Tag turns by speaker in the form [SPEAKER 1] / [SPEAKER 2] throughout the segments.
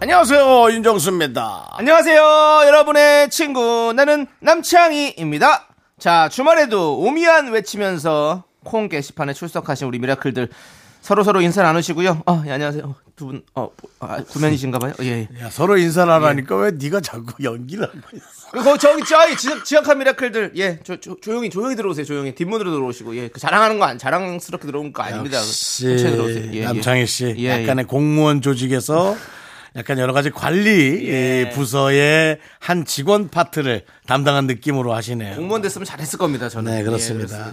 [SPEAKER 1] 안녕하세요 윤정수입니다.
[SPEAKER 2] 안녕하세요, 여러분의 친구. 나는 남창희입니다. 자, 주말에도 오미안 외치면서 콩 게시판에 출석하신 우리 미라클들 서로서로 인사 나누시고요. 어, 예, 안녕하세요. 어, 두 분, 어, 아, 구면이신가봐요? 예, 예.
[SPEAKER 1] 야, 서로 인사를 하라니까 왜 네가 자꾸 연기를 하고 있어?
[SPEAKER 2] 그리고 저기, 저기, 지적, 지적한 미라클들. 예, 조, 조, 조용히, 조용히 들어오세요, 조용히. 뒷문으로 들어오시고. 예, 그 자랑하는 거, 안, 자랑스럽게 들어온 거 아닙니다. 천천히 들어오세요. 예, 예.
[SPEAKER 1] 남창희 씨
[SPEAKER 2] 예, 예.
[SPEAKER 1] 약간의 공무원 조직에서 약간 여러 가지 관리 예, 부서의 한 직원 파트를 담당한 느낌으로 하시네요.
[SPEAKER 2] 공무원 됐으면 잘했을 겁니다, 저는.
[SPEAKER 1] 네,
[SPEAKER 2] 예,
[SPEAKER 1] 그렇습니다.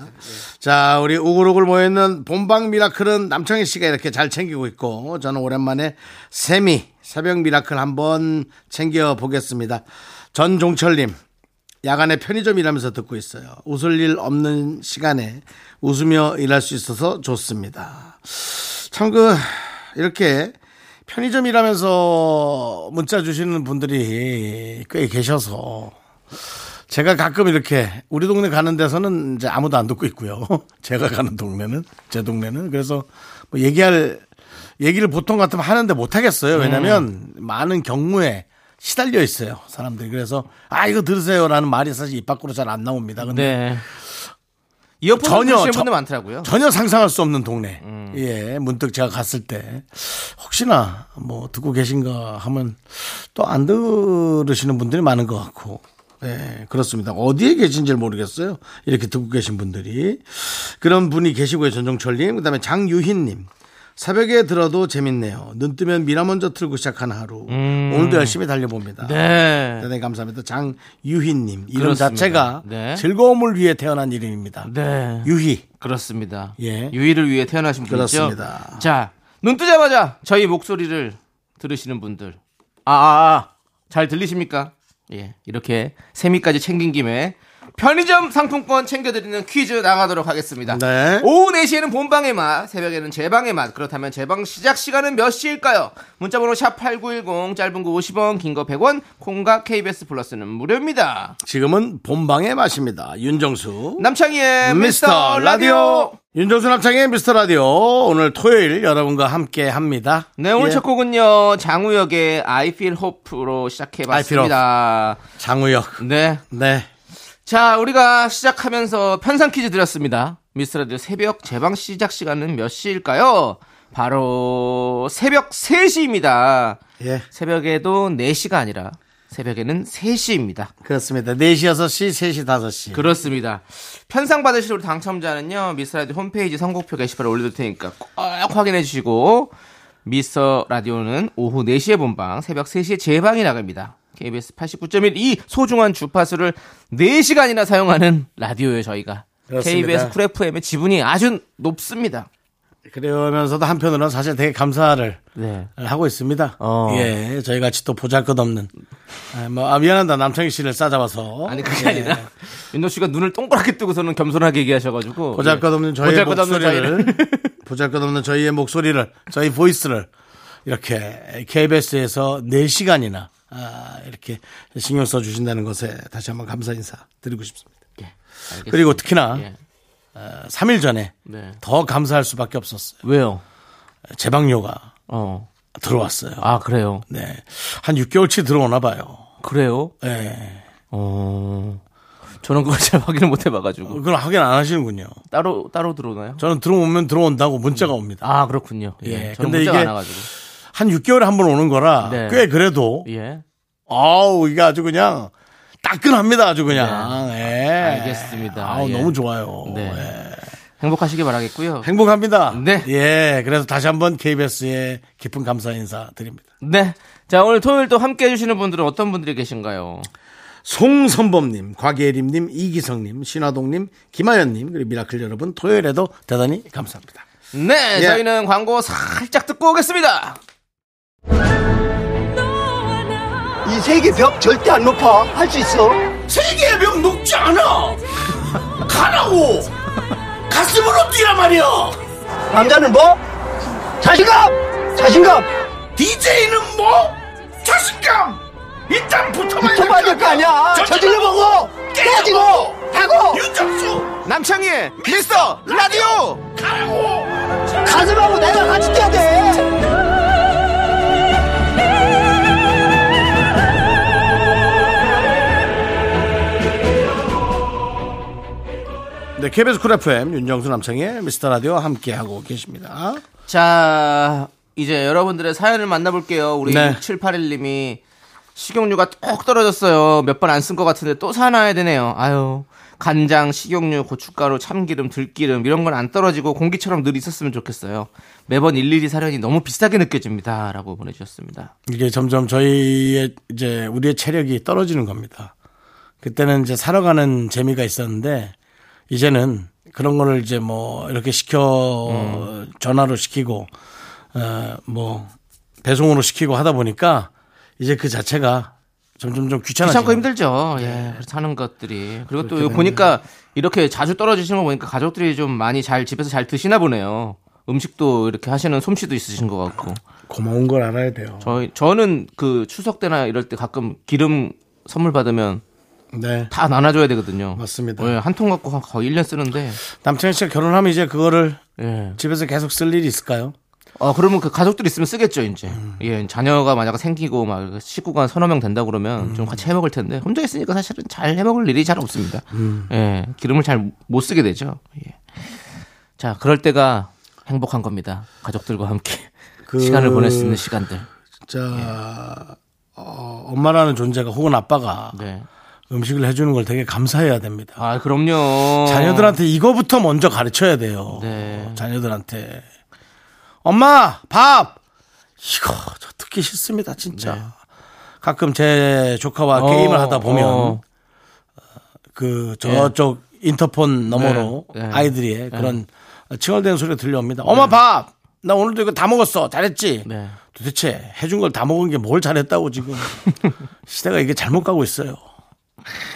[SPEAKER 1] 자, 우리 우글우글 모여있는 본방 미라클은 남창희 씨가 이렇게 잘 챙기고 있고, 저는 오랜만에 세미, 새벽 미라클 한번 챙겨보겠습니다. 전종철님, 야간에 편의점 일하면서 듣고 있어요. 웃을 일 없는 시간에 웃으며 일할 수 있어서 좋습니다. 참 그, 이렇게 편의점 일하면서 문자 주시는 분들이 꽤 계셔서 제가 가끔 이렇게 우리 동네 가는 데서는 이제 아무도 안 듣고 있고요. 제가 가는 동네는 제 동네는 그래서 뭐 얘기할 얘기를 보통 같으면 하는데 못 하겠어요. 왜냐하면 많은 경우에 시달려 있어요 사람들이 그래서 아 이거 들으세요라는 말이 사실 입 밖으로 잘 안 나옵니다. 근데
[SPEAKER 2] 네. 이어폰
[SPEAKER 1] 전혀,
[SPEAKER 2] 전혀.
[SPEAKER 1] 저-
[SPEAKER 2] 분들 많더라고요.
[SPEAKER 1] 전혀 상상할 수 없는 동네.
[SPEAKER 2] 음.
[SPEAKER 1] 예, 문득 제가 갔을 때 혹시나 뭐 듣고 계신가 하면 또 안 들으시는 분들이 많은 것 같고. 예, 그렇습니다. 어디에 계신지 모르겠어요. 이렇게 듣고 계신 분들이. 그런 분이 계시고요. 전종철님. 그 다음에 장유희님. 새벽에 들어도 재밌네요. 눈 뜨면 미라 먼저 틀고 시작한 하루. 오늘도 열심히 달려봅니다.
[SPEAKER 2] 음. 네.
[SPEAKER 1] 대단히 감사합니다. 장유희님. 이름
[SPEAKER 2] 그렇습니다.
[SPEAKER 1] 자체가
[SPEAKER 2] 네.
[SPEAKER 1] 즐거움을 위해 태어난 이름입니다.
[SPEAKER 2] 네.
[SPEAKER 1] 유희.
[SPEAKER 2] 그렇습니다.
[SPEAKER 1] 예.
[SPEAKER 2] 유의를 위해 태어나신 분이죠.
[SPEAKER 1] 그렇습니다.
[SPEAKER 2] 자, 눈 뜨자마자 저희 목소리를 들으시는 분들. 아, 아, 아. 잘 들리십니까? 예. 이렇게 세미까지 챙긴 김에 편의점 상품권 챙겨드리는 퀴즈 나가도록 하겠습니다.
[SPEAKER 1] 네.
[SPEAKER 2] 오후 4시에는 본방의 맛, 새벽에는 제방의 맛. 그렇다면 제방 시작 시간은 몇 시일까요? 문자번호 샵8910, 짧은 거 50원, 긴 거 100원, 콩과 KBS 플러스는 무료입니다.
[SPEAKER 1] 지금은 본방의 맛입니다. 윤정수.
[SPEAKER 2] 남창희의 네, 미스터 라디오.
[SPEAKER 1] 윤정수 남창의 미스터 라디오. 오늘 토요일 여러분과 함께 합니다.
[SPEAKER 2] 네, 오늘
[SPEAKER 1] 예.
[SPEAKER 2] 첫 곡은요, 장우혁의 I feel hope로 시작해봤습니다.
[SPEAKER 1] 장우혁.
[SPEAKER 2] 네.
[SPEAKER 1] 네.
[SPEAKER 2] 자, 우리가 시작하면서 편상 퀴즈 드렸습니다. 미스라디오 새벽 재방 시작 시간은 몇 시일까요? 바로 새벽 3시입니다.
[SPEAKER 1] 예.
[SPEAKER 2] 새벽에도 4시가 아니라 새벽에는 3시입니다.
[SPEAKER 1] 그렇습니다. 4시 6시, 3시 5시.
[SPEAKER 2] 그렇습니다. 편상 받으실 우리 당첨자는요, 미스라디오 홈페이지 선곡표 게시판에 올려둘 테니까 꼭 확인해 주시고, 미스터 라디오는 오후 4시에 본방, 새벽 3시에 재방이 나갑니다. KBS 89.1 이 소중한 주파수를 4시간이나 사용하는 라디오예요, 저희가.
[SPEAKER 1] 그렇습니다.
[SPEAKER 2] KBS 쿨 FM의 지분이 아주 높습니다.
[SPEAKER 1] 그러면서도 한편으로는 사실 되게 감사를
[SPEAKER 2] 네.
[SPEAKER 1] 하고 있습니다.
[SPEAKER 2] 어.
[SPEAKER 1] 예. 저희 같이 또 보잘 것 없는. 아, 뭐, 아, 미안하다. 남창희 씨를 싸잡아서.
[SPEAKER 2] 아니, 그게 아니라, 윤도 씨가 눈을 동그랗게 뜨고서는 겸손하게 얘기하셔가지고. 예.
[SPEAKER 1] 보잘 것 없는 저희의
[SPEAKER 2] 보잘것없는
[SPEAKER 1] 목소리를.
[SPEAKER 2] 저희를.
[SPEAKER 1] 보잘 것 없는 저희의 목소리를, 저희 보이스를 이렇게 KBS에서 4시간이나 아, 이렇게 신경 써 주신다는 것에 다시 한번 감사 인사 드리고 싶습니다.
[SPEAKER 2] 예, 알겠습니다.
[SPEAKER 1] 그리고 특히나 아,
[SPEAKER 2] 예.
[SPEAKER 1] 3일 전에
[SPEAKER 2] 네.
[SPEAKER 1] 더 감사할 수밖에 없었어요.
[SPEAKER 2] 왜요?
[SPEAKER 1] 재방료가
[SPEAKER 2] 어.
[SPEAKER 1] 들어왔어요.
[SPEAKER 2] 아, 그래요.
[SPEAKER 1] 네. 한 6개월치 들어오나 봐요.
[SPEAKER 2] 그래요?
[SPEAKER 1] 예.
[SPEAKER 2] 어. 저는 그걸 잘 확인을 못 해봐가지고
[SPEAKER 1] 그걸 확인 안 하시는군요.
[SPEAKER 2] 따로 따로 들어오나요?
[SPEAKER 1] 저는 들어오면 들어온다고 문자가 옵니다.
[SPEAKER 2] 아 그렇군요.
[SPEAKER 1] 예,
[SPEAKER 2] 예. 저는
[SPEAKER 1] 근데
[SPEAKER 2] 문자가
[SPEAKER 1] 이게-
[SPEAKER 2] 안 와가지고.
[SPEAKER 1] 한 6개월에 한 번 오는 거라
[SPEAKER 2] 네.
[SPEAKER 1] 꽤 그래도
[SPEAKER 2] 예.
[SPEAKER 1] 아우 이게 아주 그냥 따끈합니다 아주 그냥 예.
[SPEAKER 2] 알겠습니다.
[SPEAKER 1] 아우
[SPEAKER 2] 예.
[SPEAKER 1] 너무 좋아요
[SPEAKER 2] 네.
[SPEAKER 1] 예.
[SPEAKER 2] 행복하시길 바라겠고요.
[SPEAKER 1] 행복합니다
[SPEAKER 2] 네.
[SPEAKER 1] 예 그래서 다시 한번 KBS에 깊은 감사 인사 드립니다
[SPEAKER 2] 네. 자 오늘 토요일 또 함께 해주시는 분들은 어떤 분들이 계신가요?
[SPEAKER 1] 송선범님 곽예림님 이기성님 신화동님 김하연님 그리고 미라클 여러분 토요일에도 대단히 감사합니다
[SPEAKER 2] 네.
[SPEAKER 1] 예.
[SPEAKER 2] 저희는 광고 살짝 듣고 오겠습니다.
[SPEAKER 3] 너와 나
[SPEAKER 1] 이
[SPEAKER 3] 세계 벽 절대 안 높아. 할 수 있어.
[SPEAKER 4] 세계의 벽 녹지 않아. 가라고. 가슴으로 뛰란 말이야.
[SPEAKER 3] 남자는 뭐? 자신감! 자신감!
[SPEAKER 4] DJ는 뭐? 자신감. 일단 붙어봐야
[SPEAKER 3] 붙어봐야 될 거 아니야! 저질러보고! 깨지고! 하고!
[SPEAKER 4] 윤정수
[SPEAKER 2] 남창희의 미스터 라디오
[SPEAKER 4] 가라고.
[SPEAKER 3] 가슴하고 내가 같이 뛰어야 돼!
[SPEAKER 1] 네, KBS 쿨 FM 윤정수 남창의 미스터 라디오 함께하고 계십니다.
[SPEAKER 2] 자, 이제 여러분들의 사연을 만나볼게요. 우리
[SPEAKER 1] 네.
[SPEAKER 2] 6781님이 식용유가 뚝 떨어졌어요. 몇 번 안 쓴 것 같은데 또 사놔야 되네요. 아유. 간장, 식용유, 고춧가루, 참기름, 들기름 이런 건 안 떨어지고 공기처럼 늘 있었으면 좋겠어요. 매번 일일이 사려니 너무 비싸게 느껴집니다라고 보내주셨습니다.
[SPEAKER 1] 이게 점점 저희의 이제 우리의 체력이 떨어지는 겁니다. 그때는 이제 살아가는 재미가 있었는데 이제는 그런 거를 이제 뭐 이렇게 시켜 전화로 시키고 어뭐 배송으로 시키고 하다 보니까 이제 그 자체가 점점 좀 귀찮아지고
[SPEAKER 2] 귀찮고 힘들죠.
[SPEAKER 1] 네.
[SPEAKER 2] 예, 그래서 사는 것들이 그리고 또 보니까 이렇게 자주 떨어지시는 거 보니까 가족들이 좀 많이 잘 집에서 잘 드시나 보네요. 음식도 이렇게 하시는 솜씨도 있으신 것 같고.
[SPEAKER 1] 고마운 걸 알아야 돼요.
[SPEAKER 2] 저희 저는 그 추석 때나 이럴 때 가끔 기름 선물 받으면
[SPEAKER 1] 네.
[SPEAKER 2] 다 나눠줘야 되거든요.
[SPEAKER 1] 맞습니다.
[SPEAKER 2] 예, 한통 갖고 한- 거의 1년 쓰는데.
[SPEAKER 1] 남창희 씨가 결혼하면 이제 그거를
[SPEAKER 2] 예.
[SPEAKER 1] 집에서 계속 쓸 일이 있을까요?
[SPEAKER 2] 어 그러면 그 가족들 있으면 쓰겠죠 이제.
[SPEAKER 1] 음.
[SPEAKER 2] 예. 자녀가 만약 생기고 막 식구가 서너 명 된다 그러면 좀 같이 해 먹을 텐데 혼자 있으니까 사실은 잘 해 먹을 일이 잘 없습니다.
[SPEAKER 1] 음.
[SPEAKER 2] 예. 기름을 잘 못 쓰게 되죠. 예. 자 그럴 때가 행복한 겁니다. 가족들과 함께
[SPEAKER 1] 그-
[SPEAKER 2] 시간을 보낼 수 있는 시간들.
[SPEAKER 1] 자, 어, 엄마라는 존재가 혹은 아빠가
[SPEAKER 2] 네.
[SPEAKER 1] 음식을 해주는 걸 되게 감사해야 됩니다.
[SPEAKER 2] 아 그럼요.
[SPEAKER 1] 자녀들한테 이거부터 먼저 가르쳐야 돼요. 어,
[SPEAKER 2] 네.
[SPEAKER 1] 자녀들한테 엄마 밥 이거 저 듣기 싫습니다 진짜. 가끔 제 조카와
[SPEAKER 2] 네. 어,
[SPEAKER 1] 게임을 하다 보면
[SPEAKER 2] 어.
[SPEAKER 1] 그 저쪽
[SPEAKER 2] 예.
[SPEAKER 1] 인터폰 너머로
[SPEAKER 2] 네, 네.
[SPEAKER 1] 아이들이 그런 칭얼대는 소리가 들려옵니다. 엄마 밥! 나 오늘도 이거 다 먹었어. 잘했지?
[SPEAKER 2] 네.
[SPEAKER 1] 도대체 해준 걸 다 먹은 게 뭘 잘했다고 지금 시대가 이게 잘못 가고 있어요.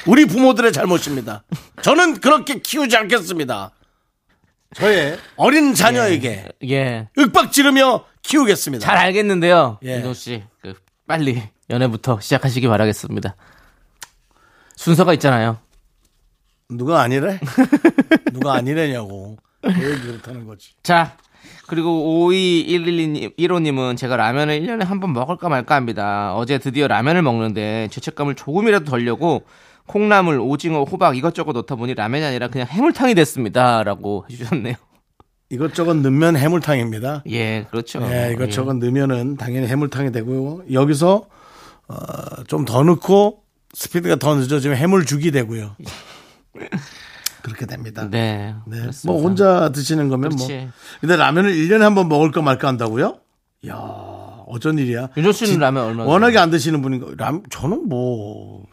[SPEAKER 1] 우리 부모들의 잘못입니다. 저는 그렇게 키우지 않겠습니다. 저의 어린 자녀에게
[SPEAKER 2] 예.
[SPEAKER 1] 윽박 지르며 키우겠습니다.
[SPEAKER 2] 잘 알겠는데요.
[SPEAKER 1] 예.
[SPEAKER 2] 윤정 씨, 그, 빨리 연애부터 시작하시기 바라겠습니다. 순서가 있잖아요.
[SPEAKER 1] 누가 아니래? 누가 아니래냐고. 왜 그렇다는 거지.
[SPEAKER 2] 자, 그리고 5211님, 1호님은 제가 라면을 1년에 한 번 먹을까 말까 합니다. 어제 드디어 라면을 먹는데 죄책감을 조금이라도 덜려고 콩나물, 오징어, 호박 이것저것 넣다 보니 라면이 아니라 그냥 해물탕이 됐습니다. 라고 해주셨네요.
[SPEAKER 1] 이것저것 넣으면 해물탕입니다.
[SPEAKER 2] 예, 그렇죠.
[SPEAKER 1] 예, 이것저것 넣으면은 당연히 해물탕이 되고요. 여기서 어, 좀 더 넣고 스피드가 더 늦어지면 해물죽이 되고요. 그렇게 됩니다.
[SPEAKER 2] 예. 네.
[SPEAKER 1] 네.
[SPEAKER 2] 그렇습니다.
[SPEAKER 1] 뭐 혼자 드시는 거면
[SPEAKER 2] 그렇지.
[SPEAKER 1] 뭐. 근데 라면을 1년에 한 번 먹을까 말까 한다고요? 야, 어쩐 일이야.
[SPEAKER 2] 윤정 씨는 라면 얼마나?
[SPEAKER 1] 워낙에 안 드시는 분인가. 라 저는 뭐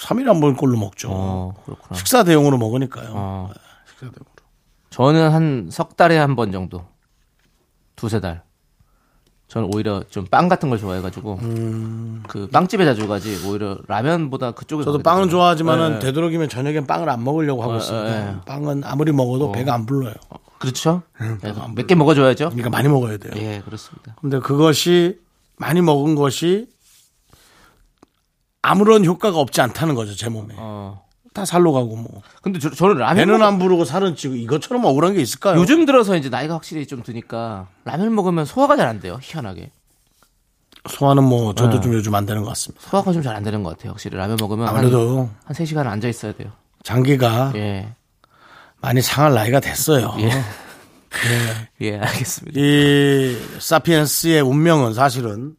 [SPEAKER 1] 3일에 한 번꼴로 먹죠.
[SPEAKER 2] 어, 그렇구나.
[SPEAKER 1] 식사 대용으로 먹으니까요.
[SPEAKER 2] 어.
[SPEAKER 1] 식사 대용으로.
[SPEAKER 2] 저는 한 석 달에 한 번 정도. 두세 달. 저는 오히려 좀 빵 같은 걸 좋아해가지고 그 빵집에 자주 가지 오히려 라면보다 그렇죠. 그쪽에
[SPEAKER 1] 음. 저도
[SPEAKER 2] 가게
[SPEAKER 1] 빵은
[SPEAKER 2] 되더라고요.
[SPEAKER 1] 좋아하지만은
[SPEAKER 2] 예,
[SPEAKER 1] 되도록이면 저녁엔 빵을 안 먹으려고 하고
[SPEAKER 2] 어,
[SPEAKER 1] 있습니다.
[SPEAKER 2] 어,
[SPEAKER 1] 빵은 아무리 먹어도 배가 안 불러요.
[SPEAKER 2] 그렇죠
[SPEAKER 1] 음.
[SPEAKER 2] 몇 개 먹어줘야죠
[SPEAKER 1] 그러니까 많이 먹어야 돼요.
[SPEAKER 2] 예 그렇습니다
[SPEAKER 1] 근데 그것이 많이 먹은 것이 아무런 효과가 없지 않다는 거죠 제 몸에.
[SPEAKER 2] 어
[SPEAKER 1] 다 살로 가고 뭐
[SPEAKER 2] 근데 저, 저는 라면
[SPEAKER 1] 배는
[SPEAKER 2] 먹-
[SPEAKER 1] 안 부르고 살은 찌고 이것처럼 억울한 게 있을까요?
[SPEAKER 2] 요즘 들어서 이제 나이가 확실히 좀 드니까 라면 먹으면 소화가 잘 안 돼요 희한하게
[SPEAKER 1] 소화는 뭐
[SPEAKER 2] 예.
[SPEAKER 1] 저도 좀 요즘 안 되는 것 같습니다.
[SPEAKER 2] 소화가 좀 잘 안 되는 것 같아요 확실히 라면 먹으면
[SPEAKER 1] 아무래도
[SPEAKER 2] 한 세 시간 앉아 있어야 돼요
[SPEAKER 1] 장기가
[SPEAKER 2] 예. 예예
[SPEAKER 1] 많이 상할 나이가 됐어요.
[SPEAKER 2] 예. 예, 알겠습니다
[SPEAKER 1] 이 사피엔스의 운명은 사실은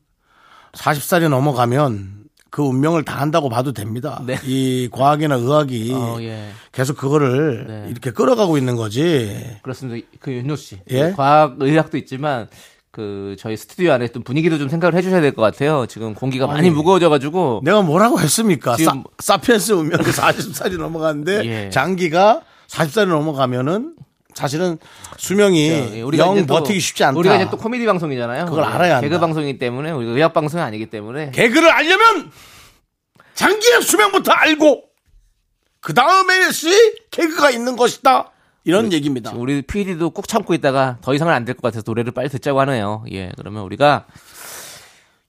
[SPEAKER 1] 40살이 넘어가면 그 운명을 다 한다고 봐도 됩니다.
[SPEAKER 2] 네.
[SPEAKER 1] 이 과학이나 의학이
[SPEAKER 2] 어, 예.
[SPEAKER 1] 계속 그거를
[SPEAKER 2] 네.
[SPEAKER 1] 이렇게 끌어가고 있는 거지.
[SPEAKER 2] 그렇습니다. 그 윤호 씨.
[SPEAKER 1] 예?
[SPEAKER 2] 과학 의학도 있지만 그 저희 스튜디오 안에 또 분위기도 좀 생각을 해 주셔야 될 것 같아요. 지금 공기가 많이 무거워져 가지고
[SPEAKER 1] 내가 뭐라고 했습니까?
[SPEAKER 2] 지금-
[SPEAKER 1] 사, 피엔스 운명이 40살이 넘어가는데
[SPEAKER 2] 예.
[SPEAKER 1] 장기가 40살이 넘어가면은 사실은
[SPEAKER 2] 어, 예,
[SPEAKER 1] 수명이 영 버티기 쉽지 않다.
[SPEAKER 2] 우리가 이제 또 코미디 방송이잖아요.
[SPEAKER 1] 그걸 알아야 한다.
[SPEAKER 2] 개그 방송이기 때문에 우리가 의학 방송이 아니기 때문에
[SPEAKER 1] 개그를 알려면 장기의 수명부터 알고 그 다음에 시 개그가 있는 것이다. 이런 얘기입니다.
[SPEAKER 2] 우리 PD도 꾹 참고 있다가 더 이상은 안 될 것 같아서 노래를 빨리 듣자고 하네요. 예, 그러면 우리가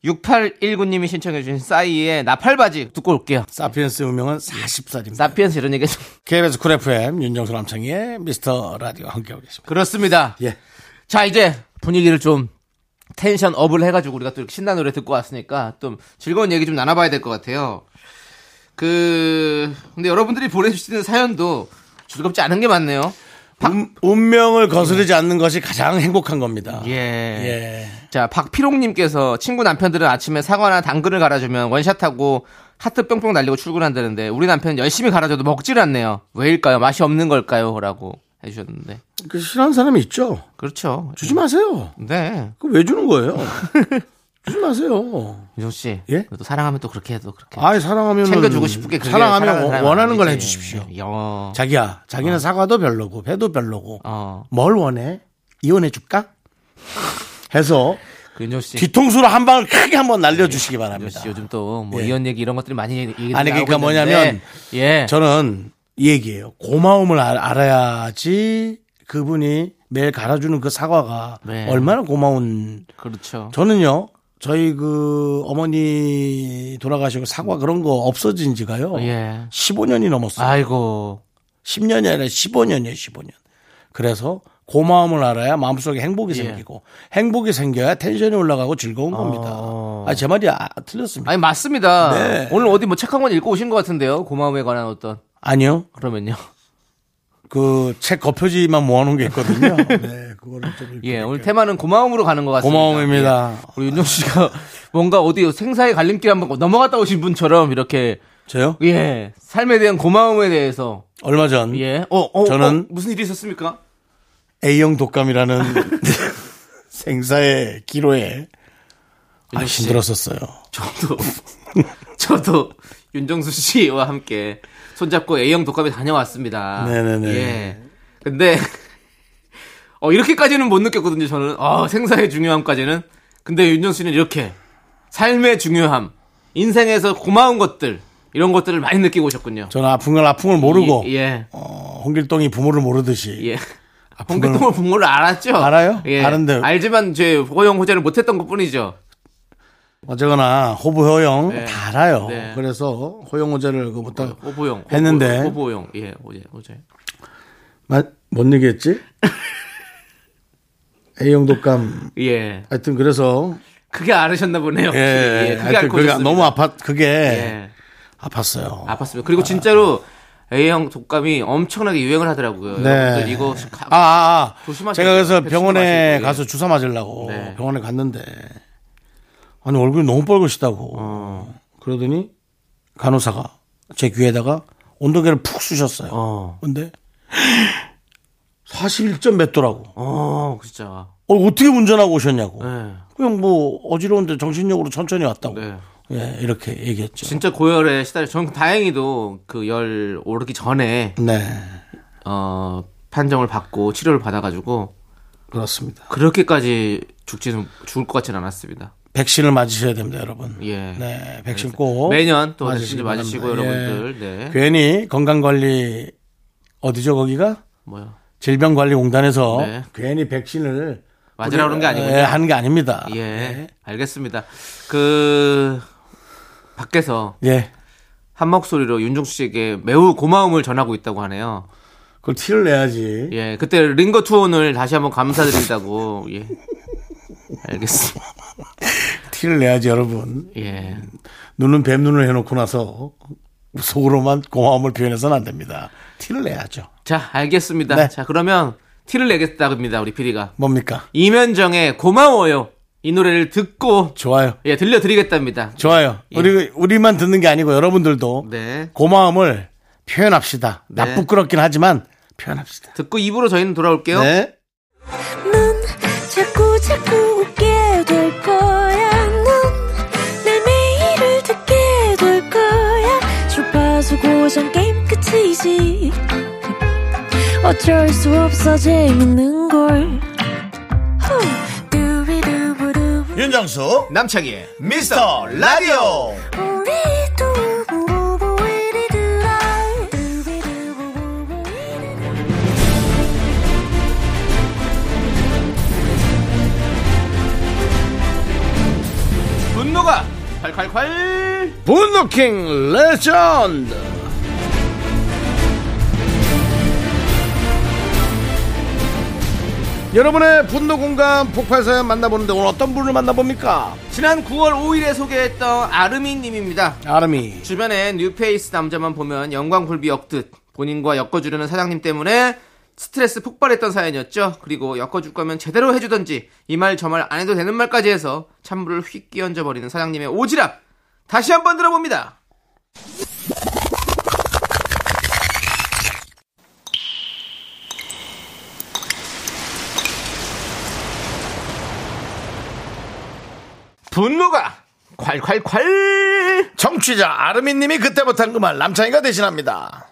[SPEAKER 2] 6819님이 신청해주신 싸이의 나팔바지 듣고 올게요.
[SPEAKER 1] 사피엔스 운명은 40살입니다.
[SPEAKER 2] 사피엔스 이런 얘기 좀.
[SPEAKER 1] KBS 쿨 FM 윤정수 남창희의 미스터 라디오 함께하고 계십니다.
[SPEAKER 2] 그렇습니다.
[SPEAKER 1] 예.
[SPEAKER 2] 자, 이제 분위기를 좀 텐션 업을 해가지고 우리가 또 이렇게 신나는 노래 듣고 왔으니까 좀 즐거운 얘기 좀 나눠봐야 될 것 같아요. 그, 근데 여러분들이 보내주시는 사연도 즐겁지 않은 게 많네요.
[SPEAKER 1] 음, 운, 운명을 거스르지 않는 것이 가장 행복한 겁니다.
[SPEAKER 2] 예.
[SPEAKER 1] 예.
[SPEAKER 2] 자, 박피롱님께서 친구 남편들은 아침에 사과나 당근을 갈아주면 원샷하고 하트 뿅뿅 날리고 출근한다는데 우리 남편은 열심히 갈아줘도 먹질 않네요. 왜일까요? 맛이 없는 걸까요? 라고 해주셨는데.
[SPEAKER 1] 그 싫어하는 사람이 있죠.
[SPEAKER 2] 그렇죠.
[SPEAKER 1] 주지 마세요.
[SPEAKER 2] 네.
[SPEAKER 1] 그 왜 주는 거예요? 주지 마세요.
[SPEAKER 2] 유정씨.
[SPEAKER 1] 예?
[SPEAKER 2] 또 사랑하면 또 그렇게 해도 그렇게.
[SPEAKER 1] 아이 사랑하면
[SPEAKER 2] 챙겨주고 싶게 그게 사랑하는
[SPEAKER 1] 음, 사랑하면
[SPEAKER 2] 사람
[SPEAKER 1] 원하는 걸
[SPEAKER 2] 아니지.
[SPEAKER 1] 해주십시오.
[SPEAKER 2] 여.
[SPEAKER 1] 자기야, 자기는 사과도 별로고 배도 별로고
[SPEAKER 2] 어.
[SPEAKER 1] 뭘 원해? 이혼해 줄까? 해서
[SPEAKER 2] 그 윤정 씨.
[SPEAKER 1] 뒤통수로 한 방을 크게 한번 날려주시기
[SPEAKER 2] 윤정
[SPEAKER 1] 바랍니다.
[SPEAKER 2] 씨 요즘 또뭐
[SPEAKER 1] 예.
[SPEAKER 2] 이혼 얘기 이런 것들이 많이 얘기
[SPEAKER 1] 아니, 그러니까 뭐냐면
[SPEAKER 2] 예.
[SPEAKER 1] 저는 이 얘기예요. 고마움을 알, 알아야지 그분이 매일 갈아주는 그 사과가
[SPEAKER 2] 네.
[SPEAKER 1] 얼마나 고마운.
[SPEAKER 2] 그렇죠.
[SPEAKER 1] 저는요, 저희 그 어머니 돌아가시고 사과 그런 거 없어진 지가요.
[SPEAKER 2] 예.
[SPEAKER 1] 15년이 넘었어요.
[SPEAKER 2] 아이고.
[SPEAKER 1] 10년이 아니라 15년이에요, 15년. 그래서 고마움을 알아야 마음속에 행복이
[SPEAKER 2] 예.
[SPEAKER 1] 생기고 행복이 생겨야 텐션이 올라가고 즐거운
[SPEAKER 2] 어.
[SPEAKER 1] 겁니다. 아, 제 말이 아, 틀렸습니다.
[SPEAKER 2] 아니 맞습니다.
[SPEAKER 1] 네.
[SPEAKER 2] 오늘 어디 뭐 책 한 권 읽고 오신 것 같은데요. 고마움에 관한 어떤
[SPEAKER 1] 아니요.
[SPEAKER 2] 그러면요.
[SPEAKER 1] 그 책 겉표지만 모아놓은 게 있거든요. 네, 그거를 좀.
[SPEAKER 2] 예, 오늘 테마는 고마움으로 가는 것 같습니다.
[SPEAKER 1] 고마움입니다.
[SPEAKER 2] 예. 우리 윤종 씨가 뭔가 어디 생사의 갈림길 한번 넘어갔다 오신 분처럼 이렇게
[SPEAKER 1] 저요?
[SPEAKER 2] 예 삶에 대한 고마움에 대해서
[SPEAKER 1] 얼마 전
[SPEAKER 2] 예, 어, 어,
[SPEAKER 1] 저는-
[SPEAKER 2] 어, 무슨 일이 있었습니까?
[SPEAKER 1] A형 독감이라는 생사의 기로에 아,
[SPEAKER 2] 윤정 씨.
[SPEAKER 1] 힘들었었어요.
[SPEAKER 2] 저도 저도 윤정수 씨와 함께 손잡고 A형 독감에 다녀왔습니다.
[SPEAKER 1] 네네네.
[SPEAKER 2] 예. 근데 어 이렇게까지는 못 느꼈거든요. 저는 아 생사의 중요함까지는. 근데 윤정수 씨는 이렇게 삶의 중요함, 인생에서 고마운 것들 이런 것들을 많이 느끼고 오셨군요.
[SPEAKER 1] 저는 아픈 걸 아픔을 모르고
[SPEAKER 2] 예, 예.
[SPEAKER 1] 어, 홍길동이 부모를 모르듯이
[SPEAKER 2] 예.
[SPEAKER 1] 아픈 걸
[SPEAKER 2] 홍길동을 본 걸 알았죠?
[SPEAKER 1] 알아요?
[SPEAKER 2] 예.
[SPEAKER 1] 아는데.
[SPEAKER 2] 알지만 제 보호용 호재를 못했던 것 뿐이죠.
[SPEAKER 1] 어쨌거나 호부 허용
[SPEAKER 2] 네.
[SPEAKER 1] 다 알아요.
[SPEAKER 2] 네.
[SPEAKER 1] 그래서 허용 호재를 그부터
[SPEAKER 2] 어, 호보용. 호보-
[SPEAKER 1] 어. 했는데.
[SPEAKER 2] 호보용. 예, 호재, 호재.
[SPEAKER 1] 뭔 얘기했지? A형 독감.
[SPEAKER 2] 예.
[SPEAKER 1] 하여튼 그래서
[SPEAKER 2] 그게 알으셨나 보네요. 혹시. 예, 그게
[SPEAKER 1] 하여튼
[SPEAKER 2] 알고
[SPEAKER 1] 그게
[SPEAKER 2] 오셨습니다.
[SPEAKER 1] 너무 아팠 그게
[SPEAKER 2] 예,
[SPEAKER 1] 아팠어요.
[SPEAKER 2] 아팠습니다. 그리고 진짜로 A형 독감이 엄청나게 유행을 하더라고요.
[SPEAKER 1] 네.
[SPEAKER 2] 여러분들 이거 가-
[SPEAKER 1] 아, 아, 아.
[SPEAKER 2] 조심하셔야
[SPEAKER 1] 제가 그래서
[SPEAKER 2] 돼요.
[SPEAKER 1] 병원에
[SPEAKER 2] 백신도 마시고, 예.
[SPEAKER 1] 가서 주사 맞으려고
[SPEAKER 2] 네.
[SPEAKER 1] 병원에 갔는데 아니 얼굴이 너무 빨개시다고
[SPEAKER 2] 어.
[SPEAKER 1] 그러더니 간호사가 제 귀에다가 온도계를 푹 쑤셨어요.
[SPEAKER 2] 어,
[SPEAKER 1] 근데 41점 맺더라고.
[SPEAKER 2] 어, 진짜.
[SPEAKER 1] 어, 어떻게 운전하고 오셨냐고.
[SPEAKER 2] 네.
[SPEAKER 1] 그냥 뭐 어지러운데 정신력으로 천천히 왔다고.
[SPEAKER 2] 네.
[SPEAKER 1] 예, 이렇게 얘기했죠.
[SPEAKER 2] 진짜 고열에 시달려. 저는 다행히도 그 열 오르기 전에
[SPEAKER 1] 네,
[SPEAKER 2] 어 판정을 받고 치료를 받아가지고
[SPEAKER 1] 그렇습니다.
[SPEAKER 2] 그렇게까지 죽지는 죽을 것 같지는 않았습니다.
[SPEAKER 1] 백신을 맞으셔야 됩니다, 여러분.
[SPEAKER 2] 예.
[SPEAKER 1] 네, 백신 꼭
[SPEAKER 2] 매년 또
[SPEAKER 1] 맞으시기
[SPEAKER 2] 백신도 맞으시고
[SPEAKER 1] 바랍니다. 예. 그
[SPEAKER 2] 여러분들, 네.
[SPEAKER 1] 괜히 건강 관리 어디죠 거기가
[SPEAKER 2] 뭐요?
[SPEAKER 1] 질병관리공단에서
[SPEAKER 2] 네.
[SPEAKER 1] 괜히 백신을
[SPEAKER 2] 맞으라 그런 게 아니고요.
[SPEAKER 1] 예, 하는 게 아닙니다. 네.
[SPEAKER 2] 예, 알겠습니다. 그 밖에서
[SPEAKER 1] 예.
[SPEAKER 2] 한 목소리로 윤종수 씨에게 매우 고마움을 전하고 있다고 하네요.
[SPEAKER 1] 그걸 티를 내야지.
[SPEAKER 2] 예, 그때 링거 투혼을 다시 한번 감사드린다고. 예, 알겠습니다.
[SPEAKER 1] 티를 내야지 여러분.
[SPEAKER 2] 예,
[SPEAKER 1] 눈은 뱀눈을 해놓고 나서 속으로만 고마움을 표현해서는 안 됩니다. 티를 내야죠.
[SPEAKER 2] 자, 알겠습니다.
[SPEAKER 1] 네.
[SPEAKER 2] 자, 그러면 티를 내겠다고합니다 우리 PD가
[SPEAKER 1] 뭡니까?
[SPEAKER 2] 이면정의 고마워요 이 노래를 듣고
[SPEAKER 1] 좋아요.
[SPEAKER 2] 예 들려드리겠답니다.
[SPEAKER 1] 좋아요.
[SPEAKER 2] 예.
[SPEAKER 1] 우리 우리만 듣는 게 아니고 여러분들도
[SPEAKER 2] 네,
[SPEAKER 1] 고마움을 표현합시다. 나
[SPEAKER 2] 네.
[SPEAKER 1] 부끄럽긴 하지만 표현합시다.
[SPEAKER 2] 듣고 입으로 저희는 돌아올게요.
[SPEAKER 1] 네.
[SPEAKER 5] 넌 자꾸 자꾸 웃게 될 거야. 넌내 매일을 듣게 될 거야. 주파수 고정 게임 끝이지. 어쩔 수 없어 재밌는 걸. 후. 두비두부두.
[SPEAKER 3] 윤정수
[SPEAKER 2] 남창희
[SPEAKER 3] 미스터 라디오
[SPEAKER 5] 우리 두부부.
[SPEAKER 1] 분노킹 레전드 여러분의 분노 공감 폭발 사연 만나보는데 오늘 어떤 분을 만나봅니까?
[SPEAKER 2] 지난 9월 5일에 소개했던 아르미님입니다.
[SPEAKER 1] 아름이
[SPEAKER 2] 주변에 뉴페이스 남자만 보면 영광굴비 엮듯 본인과 엮어주려는 사장님 때문에 스트레스 폭발했던 사연이었죠. 그리고 엮어줄 거면 제대로 해주던지 이 말 저 말 안 해도 되는 말까지 해서 찬물을 휙 끼얹어 버리는 사장님의 오지랖 다시 한번 들어봅니다. 분노가 콸콸콸
[SPEAKER 1] 정취자 아르미님이 그때 못한 그 말 남창이가 대신합니다.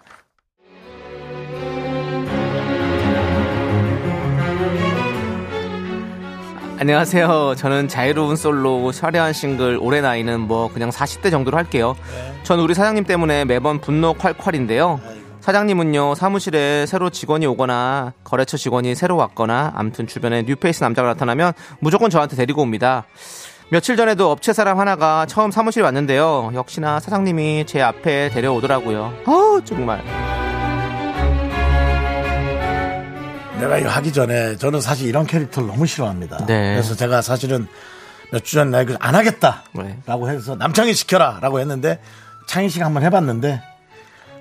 [SPEAKER 2] 안녕하세요. 저는 자유로운 솔로 화려한 싱글 올해 나이는 뭐 그냥 40대 정도로 할게요. 전 우리 사장님 때문에 매번 분노 콸콸인데요. 사장님은요 사무실에 새로 직원이 오거나 거래처 직원이 새로 왔거나 암튼 주변에 뉴페이스 남자가 나타나면 무조건 저한테 데리고 옵니다. 며칠 전에도 업체 사람 하나가 처음 사무실에 왔는데요. 역시나 사장님이 제 앞에 데려오더라고요. 아 정말.
[SPEAKER 1] 내가 이거 하기 전에 저는 사실 이런 캐릭터를 너무 싫어합니다.
[SPEAKER 2] 네.
[SPEAKER 1] 그래서 제가 사실은 몇 주 전에 나 이거 안
[SPEAKER 2] 네.
[SPEAKER 1] 하겠다라고 해서 남창희 시켜라라고 했는데 창희 씨가 한번 해봤는데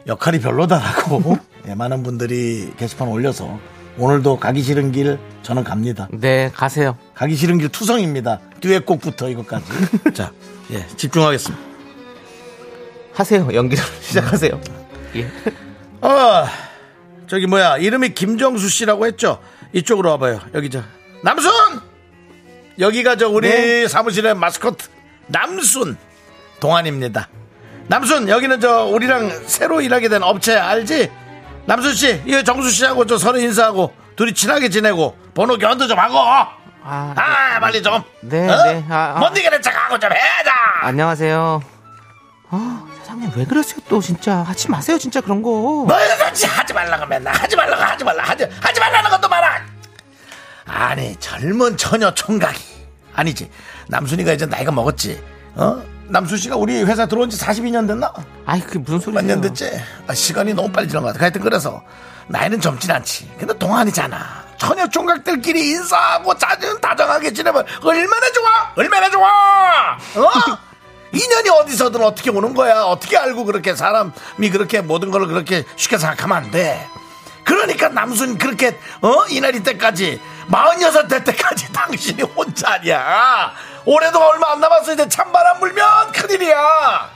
[SPEAKER 1] 역할이 별로다라고 예, 많은 분들이 게시판 올려서 오늘도 가기 싫은 길 저는 갑니다.
[SPEAKER 2] 네 가세요.
[SPEAKER 1] 가기 싫은 길 투성입니다. 뒤에 꼭부터 이것까지. 자, 예, 집중하겠습니다.
[SPEAKER 2] 하세요 연기를 시작하세요. 예.
[SPEAKER 1] 어, 저기 뭐야 이름이 김정수 씨라고 했죠? 이쪽으로 와봐요. 여기 저 남순 여기가 저 우리
[SPEAKER 2] 네.
[SPEAKER 1] 사무실의 마스코트 남순 동안입니다. 남순 여기는 저 우리랑 새로 일하게 된 업체 알지? 남순 씨, 이 정수 씨하고 저 서로 인사하고 둘이 친하게 지내고 번호 교환도 좀 하고.
[SPEAKER 2] 아,
[SPEAKER 1] 아, 빨리 좀.
[SPEAKER 2] 네,
[SPEAKER 1] 어?
[SPEAKER 2] 네. 아, 아.
[SPEAKER 1] 못 이기는 척하고 좀 해라.
[SPEAKER 2] 안녕하세요. 아, 사장님 왜 그러세요 또 진짜 하지 마세요 진짜 그런 거.
[SPEAKER 1] 너희들 같이 하지 말라고 맨날 하지 말라고 하지 말라 하지 하지 말라는 것도 많아. 아니 젊은 처녀 총각이 아니지 남순이가 이제 나이가 먹었지. 어? 남순 씨가 우리 회사 들어온 지 42년 됐나?
[SPEAKER 2] 아이 그게 무슨
[SPEAKER 1] 몇
[SPEAKER 2] 소리예요?
[SPEAKER 1] 년 됐지? 아, 시간이 너무 빨리 지난 것 같아. 하여튼 그래서 나이는 젊진 않지. 근데 동안이잖아. 처녀 총각들끼리 인사하고 자주 다정하게 지내면 얼마나 좋아? 얼마나 좋아? 어? 인연이 어디서든 어떻게 오는 거야? 어떻게 알고 그렇게 사람이 그렇게 모든 걸 그렇게 쉽게 생각하면 안 돼. 그러니까 남순 그렇게 어 이날이 때까지 46 될 때까지 당신이 혼자냐? 올해도 얼마 안 남았어 이제 찬바람 불면 큰일이야.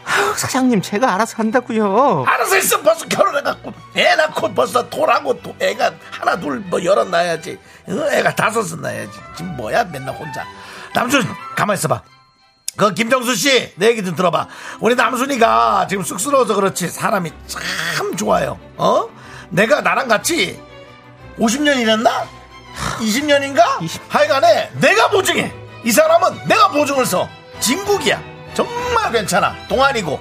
[SPEAKER 2] 아유, 사장님 제가 알아서 한다고요.
[SPEAKER 1] 알아서 있어 벌써 결혼해갖고 애 낳고 벌써 돌하고 또 애가 하나 둘 뭐 열어 놔야지 어, 애가 다섯은 낳아야지 지금 뭐야 맨날 혼자 남순 가만 있어봐 그 김정수 씨 내 얘기 좀 들어봐 우리 남순이가 지금 쑥스러워서 그렇지 사람이 참 좋아요 어 내가 나랑 같이 50년 일했나 20년인가 하여간에 내가 보증해 이 사람은 내가 보증을 써 진국이야 정말 괜찮아 동안이고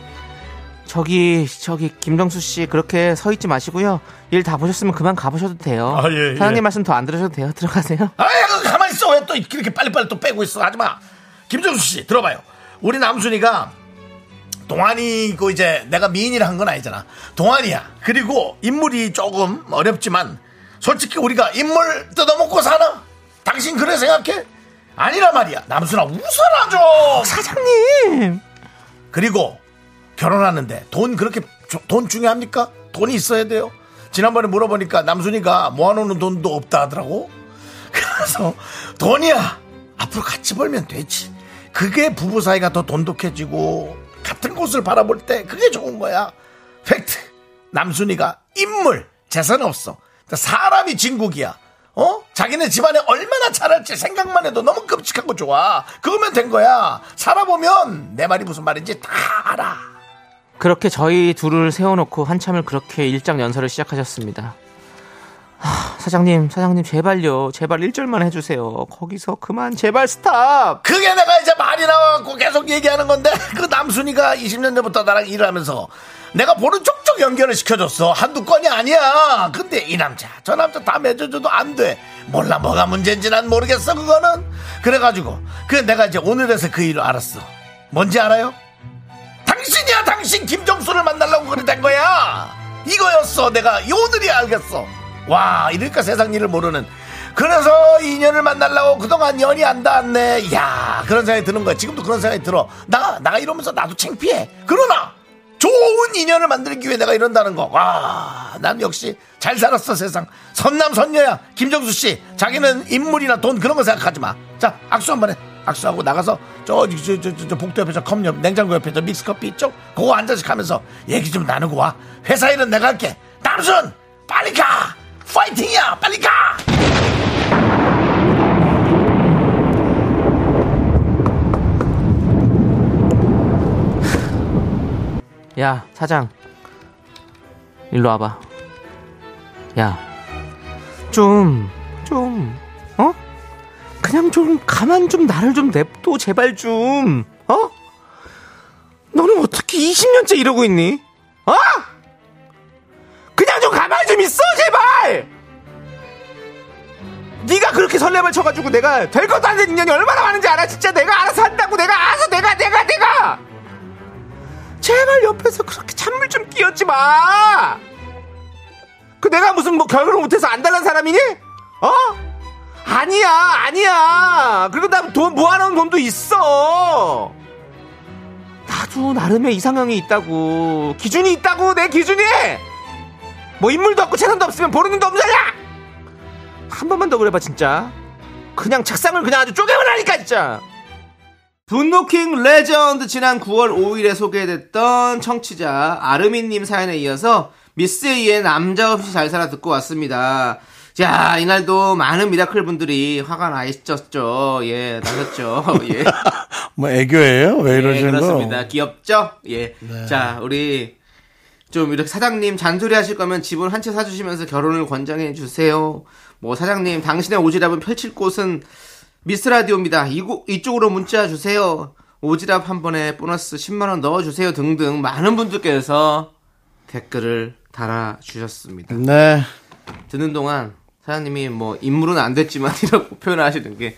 [SPEAKER 2] 저기 저기 김정수 씨 그렇게 서 있지 마시고요. 일 다 보셨으면 그만 가보셔도 돼요.
[SPEAKER 1] 아, 예, 예.
[SPEAKER 2] 사장님 말씀 더 안 들으셔도 돼요. 들어가세요.
[SPEAKER 1] 아야 그 가만 있어 왜 또 이렇게 빨리빨리 또 빼고 있어 하지마 김정수 씨 들어봐요 우리 남순이가 동안이고 이제 내가 미인이라 한 건 아니잖아 동안이야 그리고 인물이 조금 어렵지만 솔직히 우리가 인물 뜯어먹고 사나 당신 그래 생각해 아니라 말이야 남순아 웃어라 좀
[SPEAKER 2] 사장님.
[SPEAKER 1] 그리고 결혼하는데 돈 그렇게 조- 돈 중요합니까? 돈이 있어야 돼요. 지난번에 물어보니까 남순이가 모아놓는 돈도 없다 하더라고. 그래서 돈이야 앞으로 같이 벌면 되지. 그게 부부 사이가 더 돈독해지고 같은 곳을 바라볼 때 그게 좋은 거야. 팩트 남순이가 인물 재산 없어. 사람이 진국이야. 어? 자기네 집안에 얼마나 잘할지 생각만 해도 너무 끔찍하고 좋아. 그거면 된 거야. 살아보면 내 말이 무슨 말인지 다 알아.
[SPEAKER 2] 그렇게 저희 둘을 세워놓고 한참을 그렇게 일장 연설을 시작하셨습니다. 하, 사장님, 사장님 제발요, 제발 1절만 해주세요. 거기서 그만 제발 스탑.
[SPEAKER 1] 그게 내가 이제 말이 나와갖고 계속 얘기하는 건데 그 남순이가 20년 전부터 나랑 일을 하면서 내가 보는 쪽쪽 연결을 시켜줬어 한두 건이 아니야 근데 이 남자 저 남자 다 맺어줘도 안 돼 몰라 뭐가 문제인지 난 모르겠어 그거는 그래가지고 그 내가 이제 오늘에서 그 일을 알았어 뭔지 알아요? 당신이
[SPEAKER 4] 당신 김정수를 만나려고 그래 된 거야. 이거였어. 내가 요들이 알겠어. 와, 이러니까 세상 일을 모르는. 그래서 인연을 만나려고 그동안 연이 안 닿았네. 야 그런 생각이 드는 거야. 지금도 그런 생각이 들어. 나, 나 이러면서 나도 창피해. 그러나, 좋은 인연을 만들기 위해 내가 이런다는 거. 와, 난 역시 잘 살았어, 세상. 선남, 선녀야. 김정수 씨, 자기는 인물이나 돈 그런 거 생각하지 마. 자, 악수 한 번 해. 악수하고 나가서 저, 저, 저, 저, 저 복도 옆에 저컵 옆, 냉장고 옆에 저 믹스커피 있죠? 그거 한 잔씩 하면서 얘기 좀 나누고 와. 회사 일은 내가 할게. 남순! 빨리 가! 파이팅이야! 빨리 가!
[SPEAKER 2] 야 사장 일로 와봐 야 좀 좀 어? 그냥 좀 가만 좀 나를 좀 냅둬 제발 좀 어? 너는 어떻게 20년째 이러고 있니? 어? 그냥 좀 가만히 좀 있어 제발 네가 그렇게 설렘을 쳐가지고 내가 될 것도 안 된 인연이 얼마나 많은지 알아 진짜 내가 알아서 한다고 내가 알아서 내가 내가 내가 제발 옆에서 그렇게 찬물 좀 끼얹지 마. 그 내가 무슨 뭐 결혼을 못해서 안 달란 사람이니? 어? 아니야, 아니야. 그리고 나 돈 모아놓은 돈도 있어. 나도 나름의 이상형이 있다고 기준이 있다고 내 기준이. 뭐 인물도 없고 재산도 없으면 보는 눈도 없잖아. 한 번만 더 그래봐 진짜. 그냥 책상을 그냥 아주 쪼개면 하니까 진짜. 분노킹 레전드 지난 9월 5일에 소개됐던 청취자 아르민님 사연에 이어서 미스의 남자 없이 잘 살아 듣고 왔습니다. 자, 이날도 많은 미라클 분들이 화가 나 있었죠. 예, 나셨죠. 예.
[SPEAKER 1] 뭐 애교예요? 왜
[SPEAKER 2] 예,
[SPEAKER 1] 이러시는
[SPEAKER 2] 그렇습니다.
[SPEAKER 1] 거?
[SPEAKER 2] 귀엽죠? 예.
[SPEAKER 1] 네.
[SPEAKER 2] 자, 우리 좀 이렇게 사장님 잔소리 하실 거면 집을 한 채 사주시면서 결혼을 권장해 주세요. 뭐 사장님 당신의 오지랖은 펼칠 곳은 미스 라디오입니다. 이곳 이쪽으로 문자 주세요. 오지랖 한 번에 보너스 10만 원 넣어 주세요 등등 많은 분들께서 댓글을 달아 주셨습니다.
[SPEAKER 1] 네.
[SPEAKER 2] 듣는 동안 사장님이 뭐 인물은 안 됐지만 이라고 표현하시는 게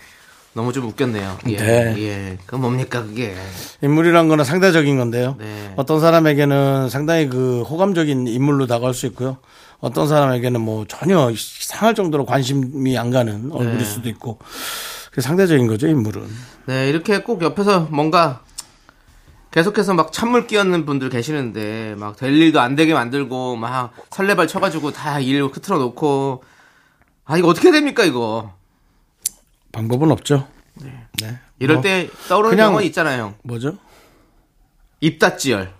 [SPEAKER 2] 너무 좀 웃겼네요. 예.
[SPEAKER 1] 네.
[SPEAKER 2] 예. 그 뭡니까 그게.
[SPEAKER 1] 인물이란 거는 상대적인 건데요.
[SPEAKER 2] 네.
[SPEAKER 1] 어떤 사람에게는 상당히 그 호감적인 인물로 다가올 수 있고요. 어떤 사람에게는 뭐 전혀 상할 정도로 관심이 안 가는 얼굴일 수도 있고. 그 상대적인 거죠, 인물은.
[SPEAKER 2] 네, 이렇게 꼭 옆에서 뭔가 계속해서 막 찬물 끼얹는 분들 계시는데 막 될 일도 안 되게 만들고 막 설레발 쳐가지고 다 일 흐트러 놓고 아 이거 어떻게 해야 됩니까 이거
[SPEAKER 1] 방법은 없죠.
[SPEAKER 2] 이럴
[SPEAKER 1] 뭐,
[SPEAKER 2] 때 떠오르는
[SPEAKER 1] 그냥-
[SPEAKER 2] 병원 있잖아요
[SPEAKER 1] 뭐죠?
[SPEAKER 2] 입 닫지열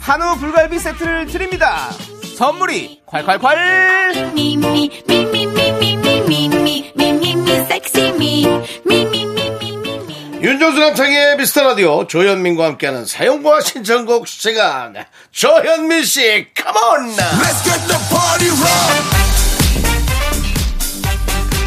[SPEAKER 2] 한우 불갈비 세트를 드립니다 선물이 콸콸콸
[SPEAKER 5] Me, me, me, me, me, me, me, me, me, me, me, me, sexy me. Me, me, me, me, me, me.
[SPEAKER 1] 윤종수 남창의 미스터 라디오 조현민과 함께하는 사용과 신청곡 시간. 조현민 씨, 컴온!